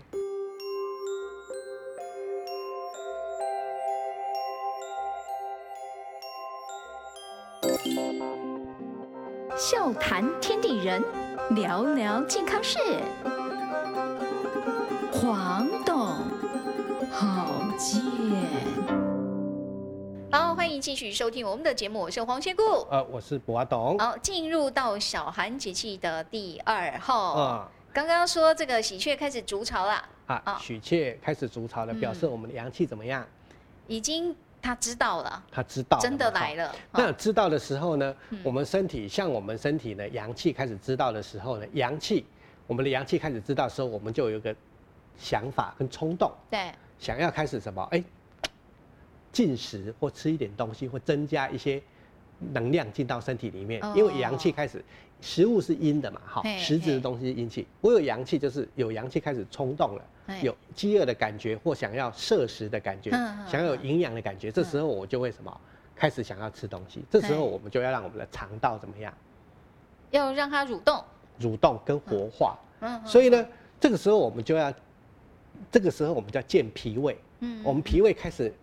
Speaker 4: 笑谈天地人，聊聊健康事。黄董，好健。
Speaker 1: 然后欢迎继续收听我们的节目，我是黄仙姑。
Speaker 3: 呃，我是博阿董，
Speaker 1: 好，进入到小寒节气的第二候。
Speaker 3: 啊
Speaker 1: 刚刚说这个喜鹊开始筑巢啦，哦嗯
Speaker 3: 啊，许妾开始筑巢了，表示我们的阳气怎么样？
Speaker 1: 已经它知道了，
Speaker 3: 他知道了
Speaker 1: 真的
Speaker 3: 嘛哈
Speaker 1: 来了。哦
Speaker 3: 那知道的时候呢，
Speaker 1: 嗯
Speaker 3: 我们身体像我们身体呢，阳气开始知道的时候呢，阳气，我们的阳气开始知道的时候，我们就有一个想法跟冲动，
Speaker 1: 对，
Speaker 3: 想要开始什么？哎，进食或吃一点东西，或增加一些能量进到身体里面
Speaker 1: 哦，
Speaker 3: 因为阳气开始，食物是阴的嘛，哈
Speaker 1: 嘿，
Speaker 3: 实质
Speaker 1: 嘿
Speaker 3: 的东西是阴气。我有阳气，就是有阳气开始冲动了
Speaker 1: 嘿，
Speaker 3: 有饥饿的感觉或想要摄食的感觉
Speaker 1: 哎嗯嗯，
Speaker 3: 想要有
Speaker 1: 嗯
Speaker 3: 营养的感觉，这时候我就会什么？开始想要吃东西，这时候我们就要让我们的肠道怎么样
Speaker 1: 要让它蠕动，
Speaker 3: 蠕动跟活化，
Speaker 1: 嗯，
Speaker 3: 所以呢，这个时候我们就要，这个时候我们就要健脾胃，
Speaker 1: 嗯，
Speaker 3: 我们脾胃开始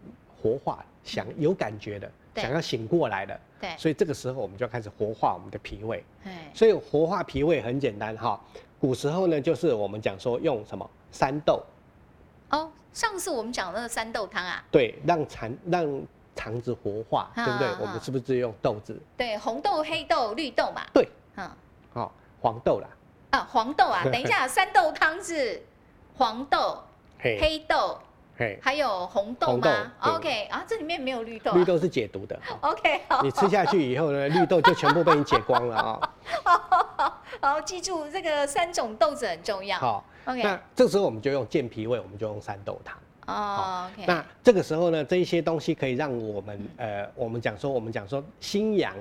Speaker 3: 活化，想有感觉的，
Speaker 1: 对
Speaker 3: 想要醒过来的，
Speaker 1: 对，
Speaker 3: 所以这个时候我们就要开始活化我们的脾胃。
Speaker 1: 哎，
Speaker 3: 所以活化脾胃很简单哈，古时候呢就是我们讲说用什么山豆，
Speaker 1: 哦，上次我们讲的那个三豆汤啊，
Speaker 3: 对，让肠让肠子活化，
Speaker 1: 啊
Speaker 3: 对不对
Speaker 1: 啊？
Speaker 3: 我们是不是就用豆子？
Speaker 1: 对，红豆、黑豆、绿豆嘛，
Speaker 3: 对，
Speaker 1: 嗯，
Speaker 3: 哦，黄豆啦，
Speaker 1: 啊，黄豆 啊，等一下，三豆汤是黄豆、
Speaker 3: 嘿，
Speaker 1: 黑豆
Speaker 3: 嘿，
Speaker 1: 还有红豆
Speaker 3: 红豆
Speaker 1: 吗
Speaker 3: 对
Speaker 1: ？OK，啊，这里面没有绿豆啊，
Speaker 3: 绿豆是解毒的，哈
Speaker 1: OK，好，
Speaker 3: 你吃下去以后 呢，绿豆就全部被你解光了啊。
Speaker 1: 好，记住这个三种豆子很重要。
Speaker 3: 好，
Speaker 1: OK，
Speaker 3: 那这时候我们就用健脾胃，我们就用三豆汤。
Speaker 1: 哦，OK，
Speaker 3: 那这个时候呢，这一些东西可以让我们呃，我们讲说，我们讲说心阳，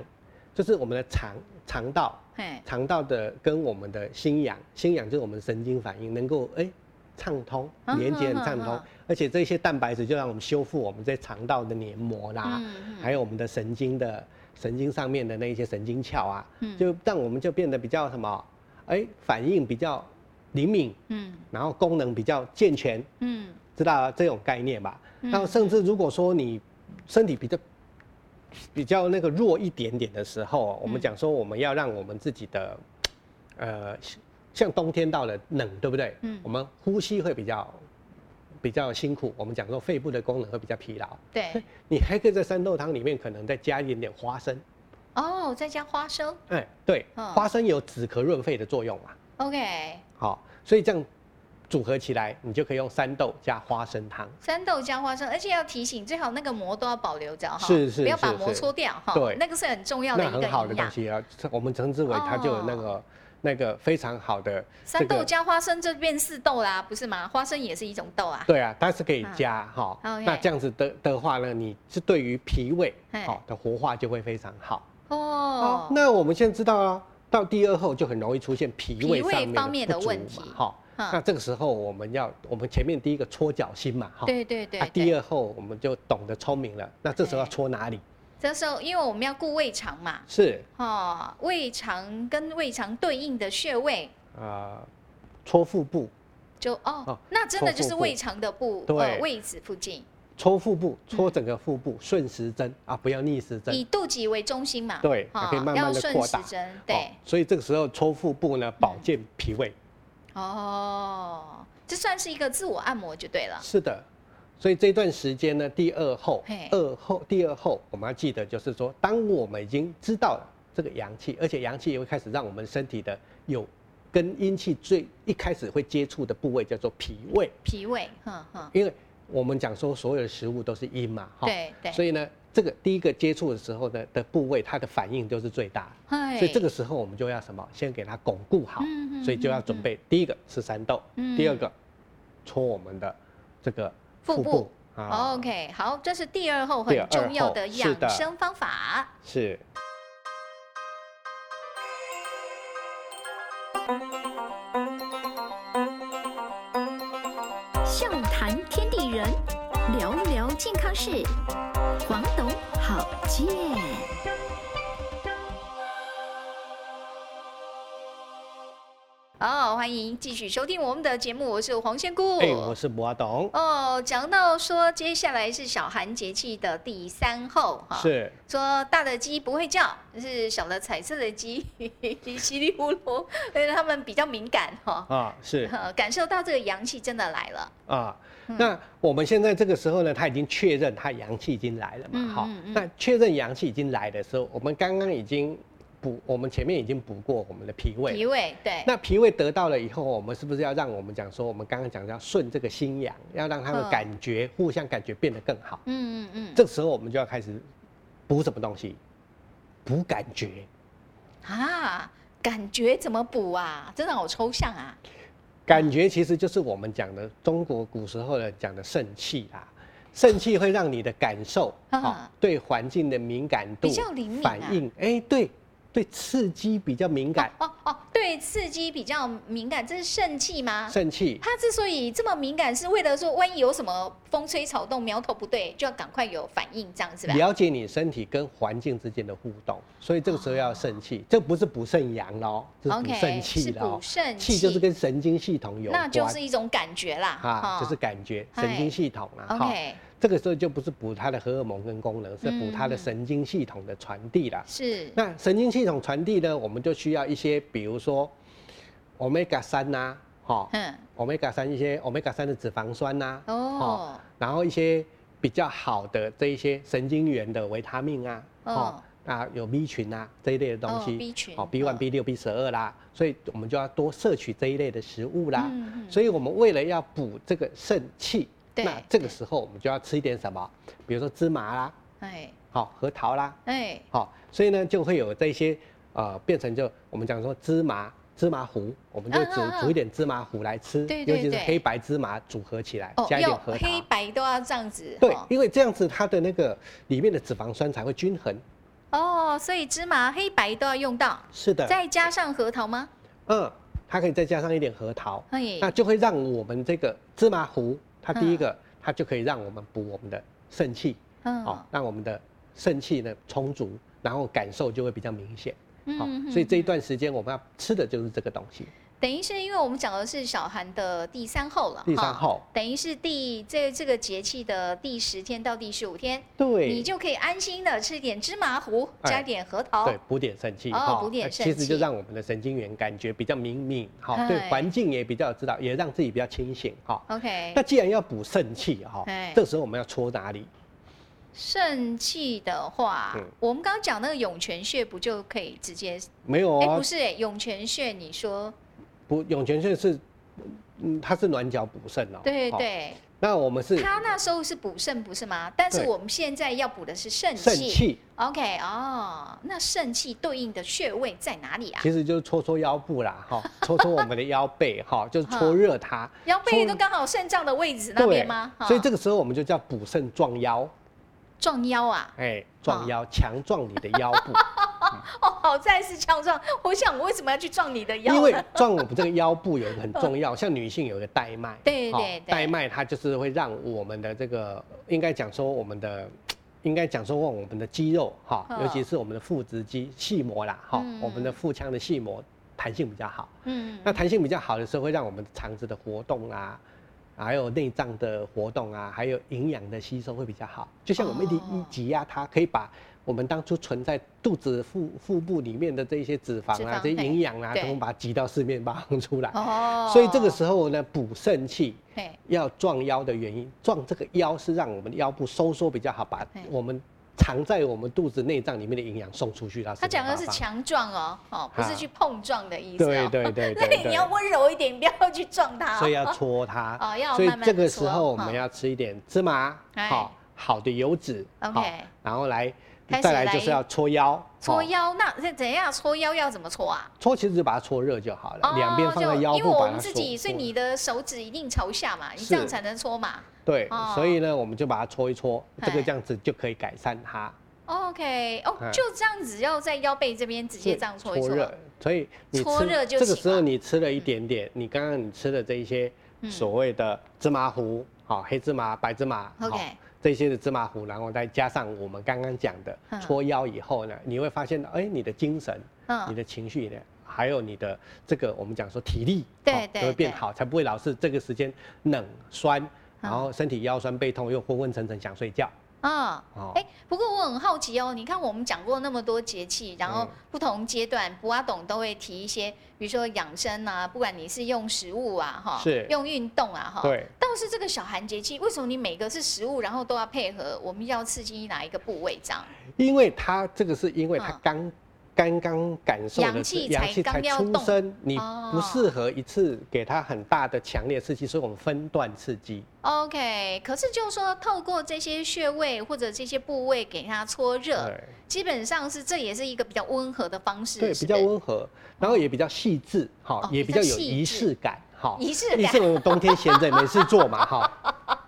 Speaker 3: 就是我们的肠肠道，
Speaker 1: 嘿，
Speaker 3: 肠道的跟我们的心阳，心阳就是我们的神经反应能够哎畅通，
Speaker 1: 嗯
Speaker 3: 连接很畅
Speaker 1: 嗯
Speaker 3: 通
Speaker 1: 嗯，
Speaker 3: 而且这些蛋白质就让我们修复我们在肠道的黏膜啦，
Speaker 1: 嗯
Speaker 3: 还有我们的神经的神经上面的那一些神经鞘啊
Speaker 1: 嗯，
Speaker 3: 就让我们就变得比较什么，哎，反应比较灵敏，
Speaker 1: 嗯
Speaker 3: 然后功能比较健全，
Speaker 1: 嗯
Speaker 3: 知道这种概念吧？
Speaker 1: 嗯
Speaker 3: 那甚至如果说你身体比较比较那个弱一点点的时候，我们讲说我们要让我们自己的呃，像冬天到了冷，对不对？
Speaker 1: 嗯
Speaker 3: 我们呼吸会比较比较辛苦，我们讲说肺部的功能会比较疲劳。
Speaker 1: 对，
Speaker 3: 你还可以在三豆汤里面可能再加一点点花生，
Speaker 1: 哦，再加花生
Speaker 3: 哎，对，
Speaker 1: 嗯
Speaker 3: 花生有止咳润肺的作用嘛，
Speaker 1: ，OK，
Speaker 3: 好，所以这样组合起来，你就可以用三豆加花生汤。
Speaker 1: 三豆加花生，而且要提醒，最好那个膜都要保留着哈，
Speaker 3: 是是
Speaker 1: 不要把
Speaker 3: 是
Speaker 1: 膜
Speaker 3: 是
Speaker 1: 搓掉哈，
Speaker 3: 对
Speaker 1: 那个是很重要的
Speaker 3: 那
Speaker 1: 一个
Speaker 3: 很好的
Speaker 1: 营
Speaker 3: 东
Speaker 1: 养。
Speaker 3: 西啊，这我们称之为它就有那个、那个非常好的
Speaker 1: 三豆加花生就变四豆啦，不是吗？花生也是一种豆啊。
Speaker 3: 对啊，它是可以加哈、
Speaker 1: OK
Speaker 3: 那这样子的的话呢，你是对于脾胃
Speaker 1: 嘿
Speaker 3: 好、的活化就会非常好。
Speaker 1: 哦
Speaker 3: 好，，那我们现在知道了，到第二后就很容易出现脾胃
Speaker 1: 脾胃
Speaker 3: 上面
Speaker 1: 方面的
Speaker 3: 不足
Speaker 1: 问
Speaker 3: 嘛
Speaker 1: 题
Speaker 3: 哈、
Speaker 1: 嗯
Speaker 3: 那这个时候我们要，我们前面第一个搓脚心嘛哈，
Speaker 1: 对对对
Speaker 3: 啊，第
Speaker 1: 对，
Speaker 3: 二后我们就懂得聪明了，那这时候要
Speaker 1: 对
Speaker 3: 搓哪里？
Speaker 1: 这时候因为我们要顾胃肠嘛，
Speaker 3: 是
Speaker 1: 哦，胃肠跟胃肠对应的穴位
Speaker 3: 啊，搓腹部，
Speaker 1: 就哦，
Speaker 3: 哦
Speaker 1: 那真的
Speaker 3: 错
Speaker 1: 就是
Speaker 3: 错
Speaker 1: 胃
Speaker 3: 错
Speaker 1: 肠的部
Speaker 3: 对
Speaker 1: 呃位置附近，
Speaker 3: 搓腹部，
Speaker 1: 嗯
Speaker 3: 搓整个腹部，顺时针啊，不要逆时针。
Speaker 1: 以肚脐为中心嘛，
Speaker 3: 对
Speaker 1: 哦
Speaker 3: 可以慢慢地
Speaker 1: 要顺
Speaker 3: 扩
Speaker 1: 时
Speaker 3: 大
Speaker 1: 针，
Speaker 3: 哦
Speaker 1: 对，嗯
Speaker 3: 所以这个时候抽腹部呢，保健脾胃。
Speaker 1: 哦，这算是一个自我按摩就对了，
Speaker 3: 是的，所以这段时间呢，第二后
Speaker 1: 嘿，
Speaker 3: 二后，第二后，我们要记得就是说，当我们已经知道了这个阳气，而且阳气也会开始让我们身体的有跟阴气最一开始会接触的部位叫做脾胃，
Speaker 1: 脾胃，哼哼，
Speaker 3: 因为我们讲说所有的食物都是阴嘛，
Speaker 1: 对对，
Speaker 3: 所以呢，这个第一个接触的时候呢的部位，它的反应就是最大的。
Speaker 1: 嗨
Speaker 3: 所以这个时候我们就要什么？先给它巩固好
Speaker 1: 嗯嗯，
Speaker 3: 所以就要准备第一个吃三豆
Speaker 1: 嗯，
Speaker 3: 第二个搓我们的这个
Speaker 1: 腹
Speaker 3: 腹
Speaker 1: 部
Speaker 3: 部。啊
Speaker 1: 哦 OK，好，这是第二后
Speaker 3: 第
Speaker 1: 很
Speaker 3: 二
Speaker 1: 重要
Speaker 3: 后
Speaker 1: 的
Speaker 3: 是的
Speaker 1: 养生方法。
Speaker 3: 是
Speaker 4: 笑谈天地人，聊聊健康事，黄董好见。
Speaker 1: 哦，欢迎继续收听我们的节目，我是黄仙姑。
Speaker 3: 哎，我是博董，
Speaker 1: 哦，讲到说接下来是小寒节气的第三候哈，
Speaker 3: 是
Speaker 1: 说大的鸡不会叫，就是小的彩色的鸡 稀里糊涂，所以他们比较敏感哈、
Speaker 3: 啊，是
Speaker 1: 呃感受到这个阳气真的来了。
Speaker 3: 啊。
Speaker 1: 嗯
Speaker 3: 那我们现在这个时候呢，他已经确认他阳气已经来了
Speaker 1: 嗯
Speaker 3: 嘛，哈
Speaker 1: 嗯嗯。
Speaker 3: 那确认阳气已经来的时候，我们刚刚已经补，我们前面已经补过我们的脾胃
Speaker 1: 脾胃对，
Speaker 3: 那脾胃得到了以后，我们是不是要让我们讲说，我们刚刚讲的要顺这个心阳，要让他
Speaker 1: 嗯
Speaker 3: 们感觉、互相感觉变得更好？
Speaker 1: 嗯嗯
Speaker 3: 这时候我们就要开始补什么东西？补感觉。
Speaker 1: 嗯啊，感觉怎么补啊？真的好抽象啊。
Speaker 3: 感觉其实就是我们讲的中国古时候人讲的肾气啦。肾气会让你的感 受
Speaker 1: 啊
Speaker 3: 哦，对环境的敏感度
Speaker 1: 比较灵敏啊
Speaker 3: 反应，哎，对对，刺激比较敏感，
Speaker 1: 哦哦，对刺激比较敏感，这是肾气吗？
Speaker 3: 肾气
Speaker 1: 他之所以这么敏感，是为了说万一有什么风吹草动、苗头不对，就要赶快有反应，这样子吧？
Speaker 3: 了解你身体跟环境之间的互动，所以这个时候要肾气，这不是补肾阳喽，这是补
Speaker 1: 哦 OK，
Speaker 3: 肾气
Speaker 1: 是
Speaker 3: 喽
Speaker 1: 补，肾
Speaker 3: 气就是跟神经系统有关，
Speaker 1: 那就是一种感觉啦，
Speaker 3: 啊
Speaker 1: 哈，
Speaker 3: 就是感觉
Speaker 1: 嗨
Speaker 3: 神经系统啊，哈，
Speaker 1: OK，
Speaker 3: 这个时候就不是补它的荷尔蒙跟功能，是补它的
Speaker 1: 嗯
Speaker 3: 神经系统的传递啦。
Speaker 1: 是
Speaker 3: 那神经系统传递呢，我们就需要一些，比如说 omega 三呐、哈、
Speaker 1: 嗯
Speaker 3: omega 三一些 omega 三的脂肪酸呐、哦，
Speaker 1: 哦
Speaker 3: 然后一些比较好的这一些神经元的维他命啊，
Speaker 1: 哦
Speaker 3: 哦，啊有 B 群啊这一类的东西，
Speaker 1: 哦，B 群
Speaker 3: 哦 B one
Speaker 1: 嗯
Speaker 3: B 六 B 十二啦，所以我们就要多摄取这一类的食物啦。
Speaker 1: 嗯嗯
Speaker 3: 所以我们为了要补这个肾气，
Speaker 1: 对
Speaker 3: 那这个时候我们就要吃一点什么，比如说芝麻啦，
Speaker 1: 哎
Speaker 3: 好、核桃啦，
Speaker 1: 哎
Speaker 3: 好、所以呢就会有这些呃变成就我们讲说芝麻芝麻糊，我们就
Speaker 1: 嗯
Speaker 3: 煮、
Speaker 1: 嗯嗯
Speaker 3: 煮一点芝麻糊来吃，
Speaker 1: 对对
Speaker 3: 尤其
Speaker 1: 对
Speaker 3: 是黑白芝麻组合起来，
Speaker 1: 哦
Speaker 3: 加一
Speaker 1: 要
Speaker 3: 点核桃
Speaker 1: 黑。白都要这样子，
Speaker 3: 对
Speaker 1: 哦，
Speaker 3: 因为这样子它的那个里面的脂肪酸才会均衡。
Speaker 1: 哦，所以芝麻黑白都要用到，
Speaker 3: 是的，
Speaker 1: 再加上核桃吗？
Speaker 3: 嗯，它可以再加上一点核桃，
Speaker 1: 哎
Speaker 3: 那就会让我们这个芝麻糊，它第
Speaker 1: 嗯
Speaker 3: 一个、它就可以让我们补我们的肾气，哦
Speaker 1: 嗯，
Speaker 3: 让我们的肾气呢充足，然后感受就会比较明显。好、
Speaker 1: 嗯
Speaker 3: 所以这一
Speaker 1: 嗯
Speaker 3: 段时间我们要吃的就是这个东西。
Speaker 1: 等于是因为我们讲的是小寒的第三候了，
Speaker 3: 第三
Speaker 1: 哈
Speaker 3: 候
Speaker 1: 等于是第这这个节气的第十天到第十五天，
Speaker 3: 对，
Speaker 1: 你就可以安心的吃点芝麻糊，
Speaker 3: 哎
Speaker 1: 加点核桃
Speaker 3: 对，补点肾气
Speaker 1: 哦
Speaker 3: 哈
Speaker 1: 补点
Speaker 3: 呃
Speaker 1: 肾
Speaker 3: 其实就
Speaker 1: 气
Speaker 3: 让我们的神经元感觉比较灵敏，哈、对
Speaker 1: 哎
Speaker 3: 环境也比较知道，也让自己比较清醒，哈、
Speaker 1: ，OK
Speaker 3: 那。既然要补肾气哈
Speaker 1: 哎，
Speaker 3: 这时候我们要搓哪里？
Speaker 1: 肾气的话，
Speaker 3: 嗯
Speaker 1: 我们刚刚讲那个涌泉穴不就可以直接？
Speaker 3: 没有
Speaker 1: 哎、
Speaker 3: 哦
Speaker 1: 不，是哎、涌泉穴你说
Speaker 3: 补涌泉穴是，嗯，它是暖脚补肾哦。
Speaker 1: 对
Speaker 3: 哦。
Speaker 1: 对，
Speaker 3: 那我们是
Speaker 1: 他那时候是补肾不是吗？但是
Speaker 3: 对
Speaker 1: 我们现在要补的是肾
Speaker 3: 肾
Speaker 1: 气。
Speaker 3: 气，
Speaker 1: OK 哦，那肾气对应的穴位在哪里啊？
Speaker 3: 其实就是搓搓腰部啦， 哈，搓搓我们的腰背，哈，就是搓热它。
Speaker 1: 腰背都
Speaker 3: 搓
Speaker 1: 刚好肾脏的位置那边吗？哈
Speaker 3: 所以这个时候我们就叫补肾壮腰，
Speaker 1: 撞腰啊，
Speaker 3: 哎，壮腰，强壮你的腰部，
Speaker 1: 哦，好在是强壮。我想我为什么要去撞你的腰呢？啊
Speaker 3: 因为壮我们这个腰部有一个很重要，像女性有一个带脉，
Speaker 1: 对
Speaker 3: 哦
Speaker 1: 对对
Speaker 3: 带脉它就是会让我们的这个，应该讲说我们的，应该讲说我们的肌肉哈
Speaker 1: 嗯，
Speaker 3: 尤其是我们的腹直肌细膜啦哈
Speaker 1: 嗯，
Speaker 3: 我们的腹腔的细膜弹性比较好，
Speaker 1: 嗯，
Speaker 3: 那弹性比较好的时候，会让我们的肠子的活动啊，还有内脏的活动啊，还有营养的吸收会比较好。就像我们一直
Speaker 1: 哦
Speaker 3: 一挤压它，可以把我们当初存在肚子腹腹部里面的这一些脂肪
Speaker 1: 脂肪
Speaker 3: 啊、这些
Speaker 1: 嘿
Speaker 3: 营养啊，
Speaker 1: 对
Speaker 3: 全部把它挤到四面八方出来。
Speaker 1: 哦
Speaker 3: 所以这个时候呢，补肾气
Speaker 1: 嘿
Speaker 3: 要壮腰的原因，壮这个腰是让我们的腰部收缩比较好，把
Speaker 1: 嘿
Speaker 3: 我们藏在我们肚子内脏里面的营养送出去到四
Speaker 1: 他
Speaker 3: 面八
Speaker 1: 讲
Speaker 3: 方。
Speaker 1: 的是强撞哦，哦，不是去碰撞的意思、哦。
Speaker 3: 对对对对
Speaker 1: 那
Speaker 3: 对。
Speaker 1: 你要温柔一点，不要去撞他、哦。
Speaker 3: 所以要搓它。
Speaker 1: 哦要
Speaker 3: 所以
Speaker 1: 慢慢
Speaker 3: 这个
Speaker 1: 搓
Speaker 3: 时候我
Speaker 1: 哈
Speaker 3: 们要吃一点芝麻，
Speaker 1: 哎
Speaker 3: 好好的油脂
Speaker 1: OK
Speaker 3: 好然后来
Speaker 1: 开始
Speaker 3: 再来就是要搓腰，
Speaker 1: 搓
Speaker 3: 哦。
Speaker 1: 腰，那那怎样搓腰要怎么搓啊？
Speaker 3: 搓其实就把它搓热就好了，两边放在
Speaker 1: 哦就
Speaker 3: 腰
Speaker 1: 因为
Speaker 3: 部
Speaker 1: 我
Speaker 3: 把
Speaker 1: 们
Speaker 3: 它
Speaker 1: 自
Speaker 3: 搓。
Speaker 1: 己，所以
Speaker 3: 搓
Speaker 1: 你的手指一定朝下嘛，你这样
Speaker 3: 是
Speaker 1: 才能搓嘛。
Speaker 3: 对
Speaker 1: 哦，
Speaker 3: 所以呢，我们就把它搓一搓，这
Speaker 1: 哎
Speaker 3: 个这样子就可以改善它。
Speaker 1: OK，哦，
Speaker 3: 哎
Speaker 1: 就这样子，要在腰背这边直接
Speaker 3: 是
Speaker 1: 这样搓一搓。
Speaker 3: 热，所以你
Speaker 1: 搓
Speaker 3: 吃
Speaker 1: 热就
Speaker 3: 这个
Speaker 1: 行
Speaker 3: 时候
Speaker 1: 了
Speaker 3: 你吃了一点点，你刚刚你吃的这一些
Speaker 1: 嗯
Speaker 3: 所谓的芝麻糊，好、黑芝麻、白芝麻，好
Speaker 1: OK
Speaker 3: 这些的芝麻糊，然后再加上我们刚刚讲的
Speaker 1: 嗯
Speaker 3: 搓腰以后呢，你会发现，哎，你的精神、你
Speaker 1: 嗯，
Speaker 3: 的情绪呢，还有你的这个我们讲说体力，
Speaker 1: 对
Speaker 3: 好
Speaker 1: 对
Speaker 3: 都会变
Speaker 1: 对
Speaker 3: 好，才不会老是这个时间冷酸，然后身体腰酸背痛又昏昏沉沉想睡觉。
Speaker 1: 嗯。
Speaker 3: 哦
Speaker 1: 哎、不过我很好奇哦，你看我们讲过那么多节气，然后
Speaker 3: 嗯
Speaker 1: 不同阶段，博阿董都会提一些，比如说养生啊，不管你是用食物啊，哈，
Speaker 3: 是
Speaker 1: 用运动啊，哈，
Speaker 3: 对。
Speaker 1: 倒是这个小寒节气，为什么你每个是食物，然后都要配合？我们要刺激哪一个部位？这样
Speaker 3: 因为他这个是因为他
Speaker 1: 嗯
Speaker 3: 刚刚刚感受
Speaker 1: 阳
Speaker 3: 的
Speaker 1: 气才
Speaker 3: 是阳气才
Speaker 1: 刚要
Speaker 3: 出
Speaker 1: 动
Speaker 3: 生，你
Speaker 1: 哦
Speaker 3: 不适合一次给他很大的强烈刺激，所以我们分段刺激。
Speaker 1: ，OK。可是就是说，透过这些穴位或者这些部位给它搓热，
Speaker 3: 对
Speaker 1: 基本上是这也是一个比较温和的方式，
Speaker 3: 对，
Speaker 1: 是
Speaker 3: 比
Speaker 1: 不
Speaker 3: 较
Speaker 1: 是
Speaker 3: 温和，然后也比较细致，哈
Speaker 1: 哦，
Speaker 3: 也
Speaker 1: 比
Speaker 3: 比
Speaker 1: 较
Speaker 3: 较有
Speaker 1: 细
Speaker 3: 仪
Speaker 1: 致
Speaker 3: 式感，哈。
Speaker 1: 仪式
Speaker 3: 仪
Speaker 1: 感
Speaker 3: 式，我们冬天闲着也没事做嘛，哈，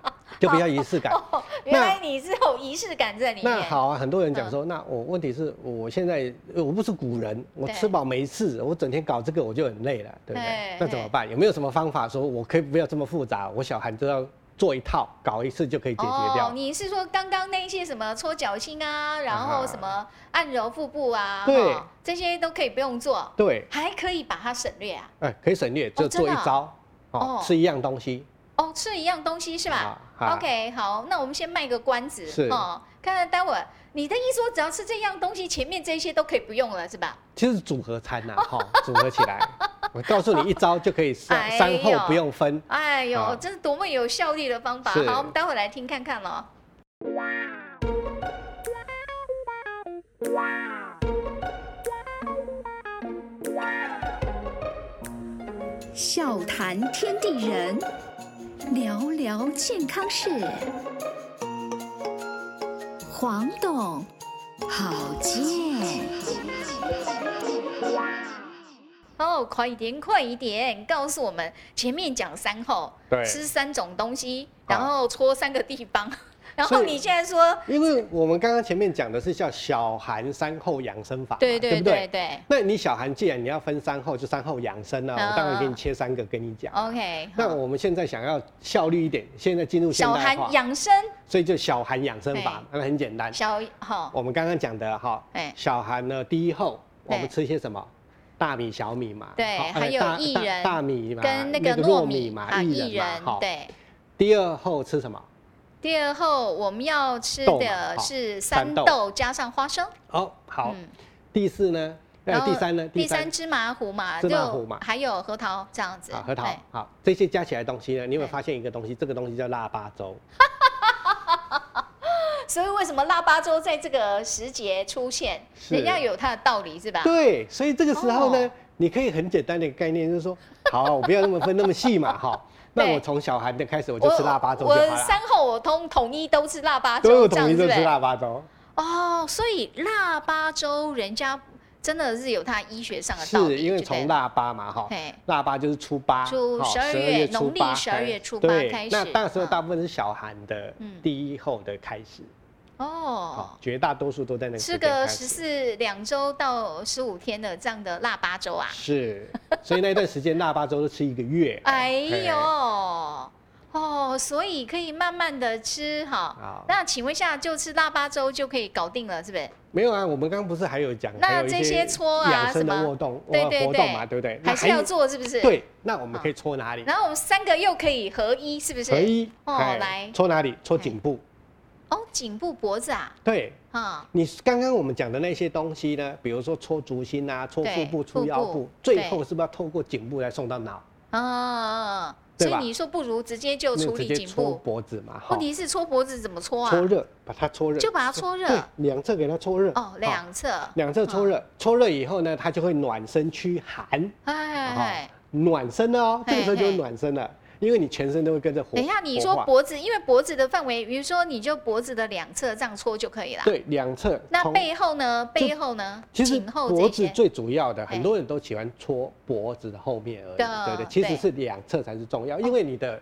Speaker 3: 就比较仪式感。
Speaker 1: 哦，原来你是有仪式感在里面。
Speaker 3: 那好啊，很多人
Speaker 1: 嗯
Speaker 3: 讲说，那我问题是我现在呃我不是古人，我
Speaker 1: 对
Speaker 3: 吃饱没事，我整天搞这个我就很累了，对不
Speaker 1: 嘿
Speaker 3: 对？那怎么办？有没有什么方法说我可以不要这么复杂？我小孩知道做一套，搞一次就可以解决掉。
Speaker 1: 哦，你是说刚刚那一些什么搓脚心啊，然后什么按揉腹部啊，
Speaker 3: 对
Speaker 1: 哈这些都可以不用做，
Speaker 3: 对，
Speaker 1: 还可以把它省略啊。
Speaker 3: 哎，可以省略，
Speaker 1: 哦
Speaker 3: 就做
Speaker 1: 真
Speaker 3: 一
Speaker 1: 的啊
Speaker 3: 招，
Speaker 1: 哦
Speaker 3: 哦，吃一样东西，
Speaker 1: 哦，吃一样东西是吧、
Speaker 3: 啊啊
Speaker 1: o k 好，那我们先卖个关子，
Speaker 3: 是
Speaker 1: 哦，看看待会儿你的意思，我只要吃这样东西，前面这些都可以不用了是吧？
Speaker 3: 其实组合餐呐，哈， 组合起来，我告诉你一招就可以
Speaker 1: 哎
Speaker 3: 三
Speaker 1: 呦
Speaker 3: 三后不用分。
Speaker 1: 哎
Speaker 3: 好
Speaker 1: 呦，这是多么有效率的方法！
Speaker 3: 啊是
Speaker 1: 好，我们待会儿来听看看哦喽。
Speaker 4: 笑谈天地人，聊聊健康事。黄董，好见。
Speaker 1: 哦，快一点，快一点，告诉我们前面讲三后，
Speaker 3: 对
Speaker 1: 吃三种东西，
Speaker 3: 好
Speaker 1: 然后搓三个地 方，然
Speaker 3: 所
Speaker 1: 后
Speaker 3: 以
Speaker 1: 你现在说，
Speaker 3: 因为我们刚刚前面讲的是叫小寒三后养生法嘛，
Speaker 1: 对
Speaker 3: 对
Speaker 1: 对
Speaker 3: 不
Speaker 1: 对
Speaker 3: 对？
Speaker 1: 对
Speaker 3: 那你小寒既然你要分三后，就三后养生啊，
Speaker 1: 嗯
Speaker 3: 我当然给你切三个跟你讲。
Speaker 1: ，OK，
Speaker 3: 那
Speaker 1: 好
Speaker 3: 我们现在想要效率一点，现在进入现
Speaker 1: 小
Speaker 3: 代
Speaker 1: 寒
Speaker 3: 化，
Speaker 1: 养生，
Speaker 3: 所以就小寒养生法，那很简单。
Speaker 1: 小好，
Speaker 3: 我们刚刚讲的哈
Speaker 1: 哎，
Speaker 3: 小寒呢，第一后
Speaker 1: 对
Speaker 3: 我们吃些什么？大米、小米嘛，
Speaker 1: 对
Speaker 3: 好哎
Speaker 1: 还有
Speaker 3: 大
Speaker 1: 薏
Speaker 3: 大
Speaker 1: 仁
Speaker 3: 大米嘛，
Speaker 1: 跟那个糯
Speaker 3: 糯
Speaker 1: 米
Speaker 3: 嘛，
Speaker 1: 啊，
Speaker 3: 薏仁嘛，好。
Speaker 1: 对。
Speaker 3: 第二后吃什么？
Speaker 1: 第二后我们要吃
Speaker 3: 豆嘛
Speaker 1: 的
Speaker 3: 好
Speaker 1: 是
Speaker 3: 三
Speaker 1: 三
Speaker 3: 豆
Speaker 1: 豆加上花生，
Speaker 3: 哦，好。
Speaker 1: 嗯
Speaker 3: 第四呢？
Speaker 1: 然
Speaker 3: 呃，
Speaker 1: 后
Speaker 3: 第三呢？
Speaker 1: 第三芝麻糊嘛，
Speaker 3: 芝麻
Speaker 1: 就
Speaker 3: 糊嘛
Speaker 1: 还有核桃这样子，
Speaker 3: 啊，核桃
Speaker 1: 哎，
Speaker 3: 好，这些加起来的东西呢，你有没有
Speaker 1: 对
Speaker 3: 发现一个东西？这个东西叫腊八粥。
Speaker 1: 所以为什么腊八粥在这个时节出现，
Speaker 3: 是
Speaker 1: 人家有它的道理是吧？
Speaker 3: 对，所以这个时候
Speaker 1: 哦
Speaker 3: 呢，你可以很简单的一个概念就是说，好，我不要那么分那么细嘛，哈。那
Speaker 1: 对
Speaker 3: 我从小寒的开始，我
Speaker 1: 我
Speaker 3: 就吃腊八粥就好
Speaker 1: 我
Speaker 3: 了。
Speaker 1: 三后我通统一都吃腊八
Speaker 3: 所以
Speaker 1: 粥，
Speaker 3: 我
Speaker 1: 这样
Speaker 3: 统一
Speaker 1: 子欸
Speaker 3: 就吃
Speaker 1: 对不对
Speaker 3: 腊八粥。
Speaker 1: 哦，所以腊八粥人家真的是有它医学上的道理，
Speaker 3: 是因为
Speaker 1: 就对
Speaker 3: 从
Speaker 1: 了
Speaker 3: 腊八嘛，哈
Speaker 1: 嘿，
Speaker 3: 腊八就是初八，
Speaker 1: 初
Speaker 3: 哈
Speaker 1: 12
Speaker 3: 12
Speaker 1: 月
Speaker 3: 初
Speaker 1: 农历
Speaker 3: 八
Speaker 1: 12
Speaker 3: 哎
Speaker 1: 月初八
Speaker 3: 对
Speaker 1: 开
Speaker 3: 那
Speaker 1: 始
Speaker 3: 那时候
Speaker 1: 嗯
Speaker 3: 大部分是小寒的
Speaker 1: 嗯
Speaker 3: 第一后的开始，
Speaker 1: 哦
Speaker 3: 好，。绝大多数都在那个时
Speaker 1: 吃
Speaker 3: 间
Speaker 1: 个
Speaker 3: 开
Speaker 1: 十
Speaker 3: 始。
Speaker 1: 四两周到十五天的这样的腊八粥啊，
Speaker 3: 是，所以那段时间腊八粥都吃一个月。
Speaker 1: 哎呦，哦，所以可以慢慢的吃哈
Speaker 3: 好。
Speaker 1: 那请问一下，就吃腊八粥就可以搞定了，是不是？
Speaker 3: 没有啊，我们刚刚不是还有讲，
Speaker 1: 那
Speaker 3: 还有一
Speaker 1: 这些搓啊
Speaker 3: 养生
Speaker 1: 什
Speaker 3: 的
Speaker 1: 么
Speaker 3: 活动，
Speaker 1: 对
Speaker 3: 呃
Speaker 1: 对
Speaker 3: 活
Speaker 1: 对
Speaker 3: 动嘛，对不对？那
Speaker 1: 还是
Speaker 3: 有
Speaker 1: 要。做，是不是？。
Speaker 3: 对，那我们可以搓哪里？
Speaker 1: 然后我们三个又可以合一，是不是？
Speaker 3: 合一，
Speaker 1: 哦
Speaker 3: 哎
Speaker 1: 来
Speaker 3: 搓哪里？搓
Speaker 1: 哎
Speaker 3: 颈部。
Speaker 1: 哦，颈部、脖子啊，
Speaker 3: 对，
Speaker 1: 啊、
Speaker 3: 你刚刚我们讲的那些东西呢，比如说搓足心啊、搓
Speaker 1: 对
Speaker 3: 腹部、
Speaker 1: 腹
Speaker 3: 搓腰
Speaker 1: 部
Speaker 3: 部，最
Speaker 1: 对
Speaker 3: 后是不是要透过颈部来送到脑？
Speaker 1: 嗯，啊、所
Speaker 3: 对
Speaker 1: 以
Speaker 3: 吧
Speaker 1: 你说不如直接就
Speaker 3: 那
Speaker 1: 处
Speaker 3: 直
Speaker 1: 理
Speaker 3: 接
Speaker 1: 颈
Speaker 3: 搓
Speaker 1: 部，
Speaker 3: 脖子嘛，哈
Speaker 1: 问，题是搓脖子怎么搓啊？
Speaker 3: 搓热，把它搓热，
Speaker 1: 就把它搓热。
Speaker 3: 对，两侧给它搓热。
Speaker 1: 哦
Speaker 3: 好，
Speaker 1: 两嗯侧。
Speaker 3: 两侧搓热，搓热以后呢，它就会暖身驱寒，
Speaker 1: 哎。哎
Speaker 3: 哈
Speaker 1: 哎，
Speaker 3: 暖身了哦，
Speaker 1: 嘿
Speaker 3: 这个时候就
Speaker 1: 嘿
Speaker 3: 会暖身了，因为你全身都会跟着活。
Speaker 1: 等一下，你说
Speaker 3: 活化
Speaker 1: 脖子，因为脖子的范围，比如说你就脖子的两侧这样搓就可以啦。
Speaker 3: 对两侧
Speaker 1: 啊那
Speaker 3: 从
Speaker 1: 背后呢？
Speaker 3: 就
Speaker 1: 背后呢？
Speaker 3: 其实
Speaker 1: 颈后这
Speaker 3: 脖子
Speaker 1: 些。
Speaker 3: 最主要的，
Speaker 1: 嘿
Speaker 3: 很多人都喜欢搓脖子的后面而已，
Speaker 1: 的
Speaker 3: 对不对？其
Speaker 1: 对哦
Speaker 3: 实是两侧才是重要，因为你的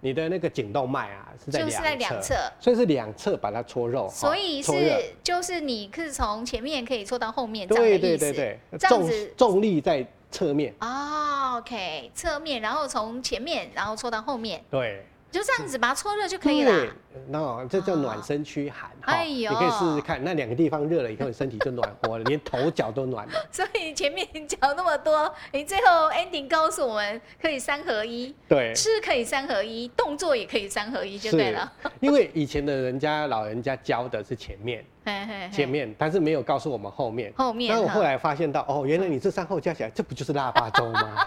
Speaker 3: 你的那个颈动脉啊是在
Speaker 1: 就
Speaker 3: 两
Speaker 1: 是
Speaker 3: 侧，
Speaker 1: 在两侧
Speaker 3: 所以是两侧把它搓肉，哈
Speaker 1: 所以
Speaker 3: 搓热
Speaker 1: 是就是你是从前面可以搓到后面这样的意
Speaker 3: 对
Speaker 1: 思。
Speaker 3: 对对对，
Speaker 1: 这样
Speaker 3: 重
Speaker 1: 子
Speaker 3: 重力在侧面，
Speaker 1: 哦，OK，侧面，然后从前面，然后搓到后面，
Speaker 3: 对，
Speaker 1: 就这样子把它搓热就可以啦。
Speaker 3: 对。那这叫暖身驱寒哈，
Speaker 1: 哎
Speaker 3: 你
Speaker 1: 呦
Speaker 3: 可以试试看，那两个地方热了以后，你身体就暖和了，连头脚都暖了。
Speaker 1: 所以前面讲那么多，你最后 ending 告诉我们可以三合一，
Speaker 3: 对，
Speaker 1: 吃可以三合一，动作也可以三合一，就对了。
Speaker 3: 因为以前的人家老人家教的是前面。
Speaker 1: 嘿嘿嘿
Speaker 3: 前面，但是没有告诉我们后面。
Speaker 1: 后面
Speaker 3: 那我
Speaker 1: 哈
Speaker 3: 后来发现到，哦，原来你这三后加起来，这不就是腊八 粥吗？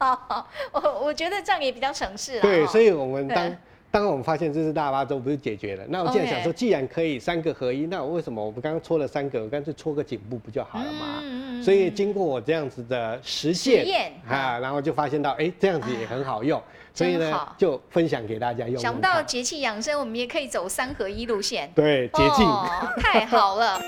Speaker 1: 哦，我 我觉得这样也比较省事啦。
Speaker 3: 对，所
Speaker 1: 以
Speaker 3: 以我们当
Speaker 1: 啊对
Speaker 3: 当我们发现这是腊八粥，不是解决了。那我既然
Speaker 1: OK
Speaker 3: 想说，既然可以三个合一，那我为什么我们刚刚搓了三个，我干脆搓个颈部不就好了吗？
Speaker 1: 嗯嗯嗯
Speaker 3: 所以经过我这样子的实
Speaker 1: 实验
Speaker 3: 践
Speaker 1: 啊
Speaker 3: 啊，然后就发现到，哎、这样子也很好用，所
Speaker 1: 真
Speaker 3: 以呢
Speaker 1: 好，
Speaker 3: 就分享给大家用用
Speaker 1: 想不到
Speaker 3: 看
Speaker 1: 节气养生，我们也可以走三合一路线。
Speaker 3: 对捷径。
Speaker 1: 哦，太好了。